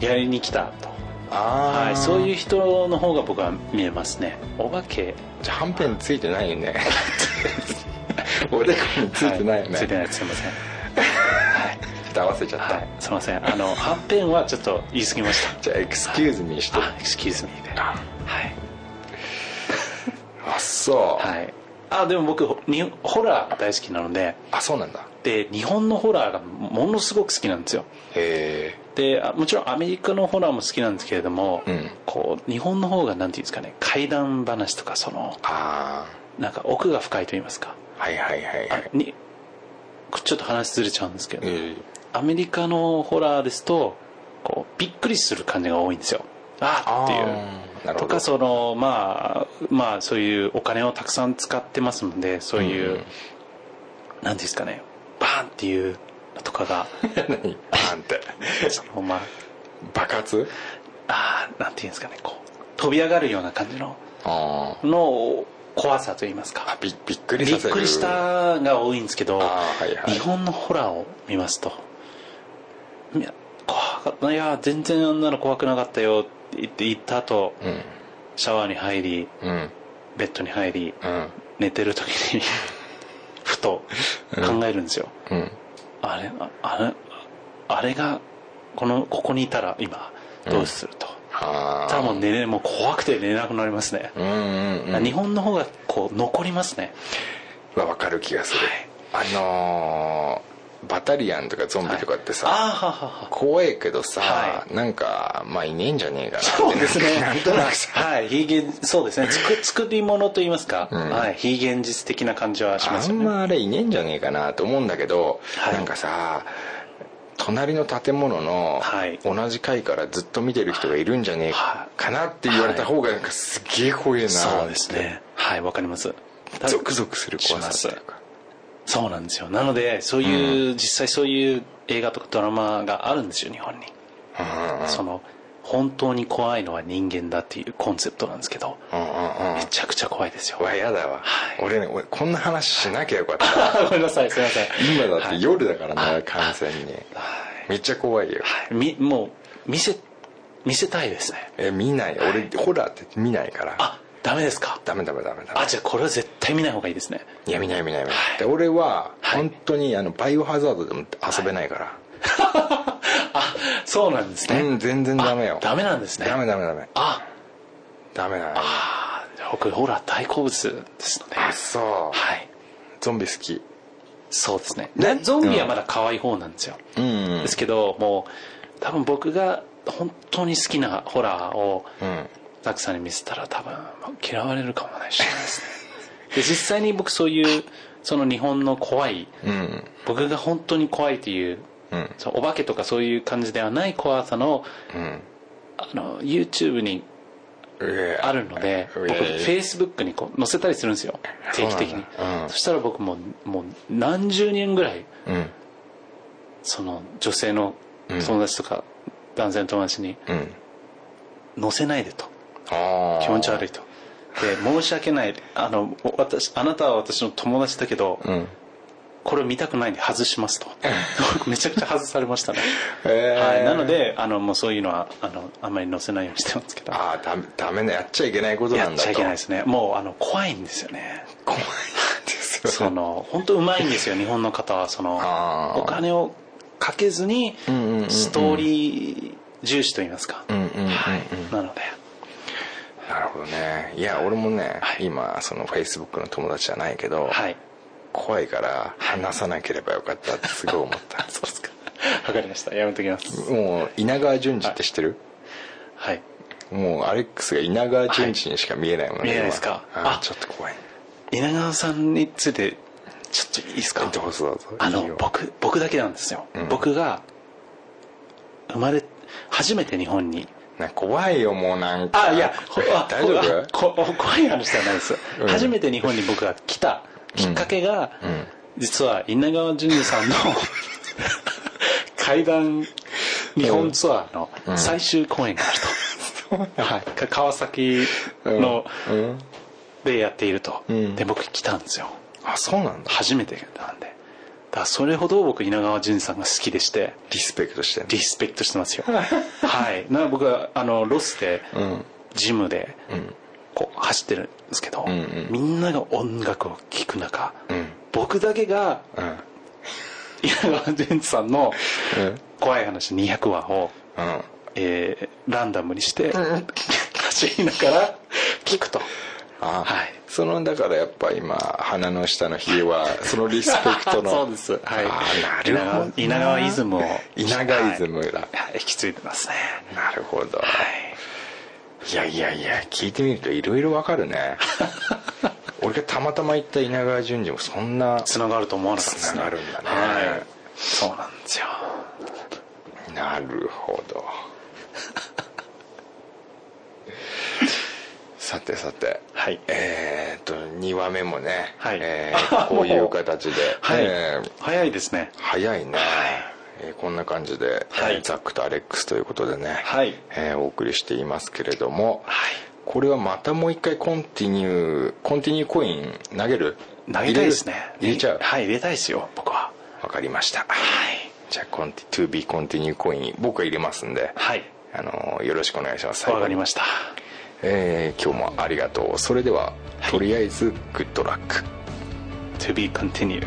Speaker 4: うやりに来たと、
Speaker 3: あー
Speaker 4: はい、そういう人の方が僕は見えますねお化け
Speaker 3: じゃあはんぺんついてないよ
Speaker 4: *laughs*
Speaker 3: ねおでこについてないよね、
Speaker 4: はついてないですすいませ
Speaker 3: ち
Speaker 4: ん
Speaker 3: ょっと合わせちゃった、
Speaker 4: はいすいませんあのはんぺんはちょっと言い過ぎました
Speaker 3: じゃあエクスキューズにして
Speaker 4: あエクスキューズミーではい、
Speaker 3: あそう、
Speaker 4: はい、あでも僕にホラー大好きなので
Speaker 3: あそうなんだ
Speaker 4: で日本のホラーがものすごく好きなんですよ
Speaker 3: へ
Speaker 4: であもちろんアメリカのホラーも好きなんですけれども、
Speaker 3: うん
Speaker 4: こう日本の方がなんていうんですかね怪談話とかその
Speaker 3: ーあ
Speaker 4: なんか奥が深いと言いますか、
Speaker 3: あはいはいはいはい
Speaker 4: にちょっと話ずれちゃうんですけど、
Speaker 3: え
Speaker 4: アメリカのホラーですとこうびっくりする感じが多いんですよあーっていう
Speaker 3: うなるほど
Speaker 4: とかそのまあまあそういうお金をたくさん使ってますのでそうい
Speaker 3: う
Speaker 4: う、
Speaker 3: ん
Speaker 4: なんていうんですかねバーンっていうのと
Speaker 3: *laughs*
Speaker 4: かが
Speaker 3: 何バーンって *laughs*
Speaker 4: そのまあ
Speaker 3: 爆発
Speaker 4: あーなんていうんですかねこう飛び上がるような感じの
Speaker 3: あー
Speaker 4: の怖さといいます
Speaker 3: あ
Speaker 4: か
Speaker 3: びびっくり
Speaker 4: び
Speaker 3: さ
Speaker 4: っ
Speaker 3: せる
Speaker 4: くりしたが多いんですけど、
Speaker 3: あーはいはい
Speaker 4: 日本のホラーを見ますと「いや怖かったいや全然あんなの怖くなかったよ」って言って行った後
Speaker 3: うん
Speaker 4: シャワーに入り
Speaker 3: うん
Speaker 4: ベッドに入り
Speaker 3: うん
Speaker 4: 寝てる時
Speaker 3: *laughs*
Speaker 4: にふと考えるんですよ、
Speaker 3: うん
Speaker 4: あれああれあれがこのここにいたら今どうすると、
Speaker 3: あ
Speaker 4: た
Speaker 3: あ
Speaker 4: だもう寝れもう怖くて寝れなくなりますね、
Speaker 3: うんうんうん
Speaker 4: 日本の方がこう残りますね
Speaker 3: は分かる気がする、あのーバタリアンとかゾンビとかってさ、
Speaker 4: ああははは
Speaker 3: 怖いけどさ、
Speaker 4: は
Speaker 3: なんかまあいねえんじゃねえかなって
Speaker 4: そうです *laughs* ね。
Speaker 3: なんとなくさ
Speaker 4: はい、非現、そうですね。作作り物と言いますか、
Speaker 3: ん
Speaker 4: はい、非現実的な感じはしま
Speaker 3: あ
Speaker 4: すよ
Speaker 3: ん
Speaker 4: ね。
Speaker 3: まあれいねえんじゃねえかなと思うんだけど、
Speaker 4: はい
Speaker 3: なんかさ隣の建物の
Speaker 4: はい
Speaker 3: 同じ階からずっと見てる人がいるんじゃねえかなって言われた方がなんかすげえ怖えな
Speaker 4: そうですね。はい、わかります。た
Speaker 3: ゾクゾクする怖さっていうか
Speaker 4: そうなんですよ。なので、そういう、実際そういう映画とかドラマがあるんですよ、日本に。
Speaker 3: うんうん
Speaker 4: その、本当に怖いのは人間だっていうコンセプトなんですけど、
Speaker 3: うんうんうん
Speaker 4: めちゃくちゃ怖いですよ。
Speaker 3: わやだわ、
Speaker 4: はい
Speaker 3: 俺ね俺こんな話しなきゃよかった
Speaker 4: *laughs* ごめんなさい、すいません。
Speaker 3: 今だって夜だから
Speaker 4: は
Speaker 3: ね
Speaker 4: い
Speaker 3: 完全に
Speaker 4: はい
Speaker 3: めっちゃ怖いよ
Speaker 4: はいみ、もう、見せ、見せたいですね。
Speaker 3: え見ない俺ホラーって見ないから
Speaker 4: あ、ダメですか
Speaker 3: ダメダメダメダメ
Speaker 4: あじゃあこれは絶対見ない方がいいですね
Speaker 3: いや見ない見ない見ないで俺は本当にあのバイオハザードでも遊べないから
Speaker 4: あそうなんですね、
Speaker 3: うん全然ダメよ
Speaker 4: あダメなんですね
Speaker 3: ダメダメダメ
Speaker 4: あ
Speaker 3: ダメだ
Speaker 4: あ僕ホラー大好物ですので
Speaker 3: あそう
Speaker 4: はい
Speaker 3: ゾンビ好き
Speaker 4: そうですね
Speaker 3: ね
Speaker 4: ゾンビはまだ可愛い方なんですよ、
Speaker 3: うんうん
Speaker 4: ですけどもう多分僕が本当に好きなホラーを
Speaker 3: うん
Speaker 4: ザクさんに見せたら多分嫌われるかもないしれないですねで
Speaker 3: *laughs*
Speaker 4: 実際に僕そういうその日本の怖い
Speaker 3: うん
Speaker 4: 僕が本当に怖いという
Speaker 3: うん
Speaker 4: そのお化けとかそういう感じではない怖さの
Speaker 3: うん
Speaker 4: あの YouTube にあるので僕
Speaker 3: いやいや
Speaker 4: Facebook にこう載せたりするんですよ定期的に
Speaker 3: そうなんだうん
Speaker 4: そしたら僕もうもう何十人ぐらい
Speaker 3: うん
Speaker 4: その女性の
Speaker 3: うん
Speaker 4: 友達とか男性の友達に
Speaker 3: うん
Speaker 4: 載せないでと
Speaker 3: ああ
Speaker 4: 気持ち悪いとで申し訳ないあの私あなたは私の友達だけど
Speaker 3: うん
Speaker 4: これを見たくないんで外しますと *laughs* 僕めちゃくちゃ外されましたね
Speaker 3: へー
Speaker 4: はいなのであのもうそういうのはあのあんまり載せないようにしてますけど
Speaker 3: ああダメダメなやっちゃいけないことな
Speaker 4: やっ
Speaker 3: んだ
Speaker 4: ち
Speaker 3: と
Speaker 4: ゃいけないですねもうあの怖いんです
Speaker 3: *laughs*
Speaker 4: よね
Speaker 3: 怖いんですよ
Speaker 4: その本当うまいんですよ日本の方はその
Speaker 3: あー
Speaker 4: お金をかけずに
Speaker 3: うんうんうんうん
Speaker 4: ストーリー重視といいますか、
Speaker 3: うんうんうんうん
Speaker 4: はい、なので
Speaker 3: なるほどねいや俺もね、
Speaker 4: はい
Speaker 3: 今そのフェイスブックの友達じゃないけど、
Speaker 4: はい
Speaker 3: 怖いから話さなければよかったってすごい思った
Speaker 4: *laughs* そうですかわかりましたやめときます
Speaker 3: もう稲川淳二って知ってる、
Speaker 4: はい
Speaker 3: もうアレックスが稲川淳二にしか見えないもんね、
Speaker 4: はい見えない
Speaker 3: 今
Speaker 4: ですか
Speaker 3: あ
Speaker 4: あ
Speaker 3: ちょっと怖い
Speaker 4: 稲川さんについてちょっといいですか
Speaker 3: どうぞどうぞ
Speaker 4: あ
Speaker 3: いい
Speaker 4: の
Speaker 3: よ
Speaker 4: 僕僕だけなんですよ、
Speaker 3: ん
Speaker 4: 僕が生まれ初めて日本に
Speaker 3: なんか怖いよもうなんか
Speaker 4: あ
Speaker 3: *laughs*
Speaker 4: いやほあ
Speaker 3: 大丈
Speaker 4: ほあ
Speaker 3: 夫
Speaker 4: こ怖い話ではないです、
Speaker 3: うん
Speaker 4: 初めて日本に僕が来たきっかけが、
Speaker 3: ん
Speaker 4: 実は稲川淳
Speaker 3: *laughs*
Speaker 4: 二さんの怪談日本ツアーの最終公演があると、はい、か川崎の、
Speaker 3: うん
Speaker 4: でやっていると、
Speaker 3: ん
Speaker 4: で僕来たんですよ
Speaker 3: あそうなんだ
Speaker 4: 初めてなんでだからそれほど僕稲川淳二さんが好きでして
Speaker 3: リスペクトしてんの
Speaker 4: リスペクトしてます
Speaker 3: *laughs*
Speaker 4: よはいな僕はあのロスで、
Speaker 3: うん
Speaker 4: ジムで
Speaker 3: ん
Speaker 4: こう走ってるんですけど、
Speaker 3: んうん
Speaker 4: みんなが音楽を聴く中、
Speaker 3: ん
Speaker 4: 僕だけが
Speaker 3: うん
Speaker 4: 稲川淳二さんの怖い話200話を、
Speaker 3: うん
Speaker 4: えーランダムにして、走りながら聴くと
Speaker 3: あ、
Speaker 4: はい
Speaker 3: そのだからやっぱ今鼻の下のひげはそのリスペクトの
Speaker 4: *laughs* そうですはい
Speaker 3: あなるほどな
Speaker 4: 稲川稲川イズムを
Speaker 3: 稲川イズムだ、
Speaker 4: はい引き継いでますね
Speaker 3: なるほど、
Speaker 4: はい
Speaker 3: いやいやいや聞いてみるといろいろわかる *laughs* ね俺がたまたま行った稲川淳二もそんな
Speaker 4: つながると思わなかったですね
Speaker 3: 繋がるんだね
Speaker 4: はいそうなんですよ
Speaker 3: なるほど *laughs* さてさて、
Speaker 4: はい
Speaker 3: えーっと2話目もね、
Speaker 4: はい
Speaker 3: えー *laughs* こういう形で、
Speaker 4: はい、
Speaker 3: えー
Speaker 4: 早いですね
Speaker 3: 早いね、えーこんな感じで、
Speaker 4: はい
Speaker 3: えーザックとアレックスということでね、
Speaker 4: はい
Speaker 3: えーお送りしていますけれども、これはまたもう一回コンティニューコンティニューコイン投げる
Speaker 4: 投げたいですね
Speaker 3: 入れる入れちゃう
Speaker 4: はい入れたいですよ僕は
Speaker 3: わかりました
Speaker 4: はい
Speaker 3: じゃあコンティ To be コンティニューコイン僕が入れますんで、
Speaker 4: はい
Speaker 3: あのーよろしくお願いします
Speaker 4: わかりました
Speaker 3: えー今日もありがとうそれでは、とりあえずグッドラック
Speaker 4: To be continued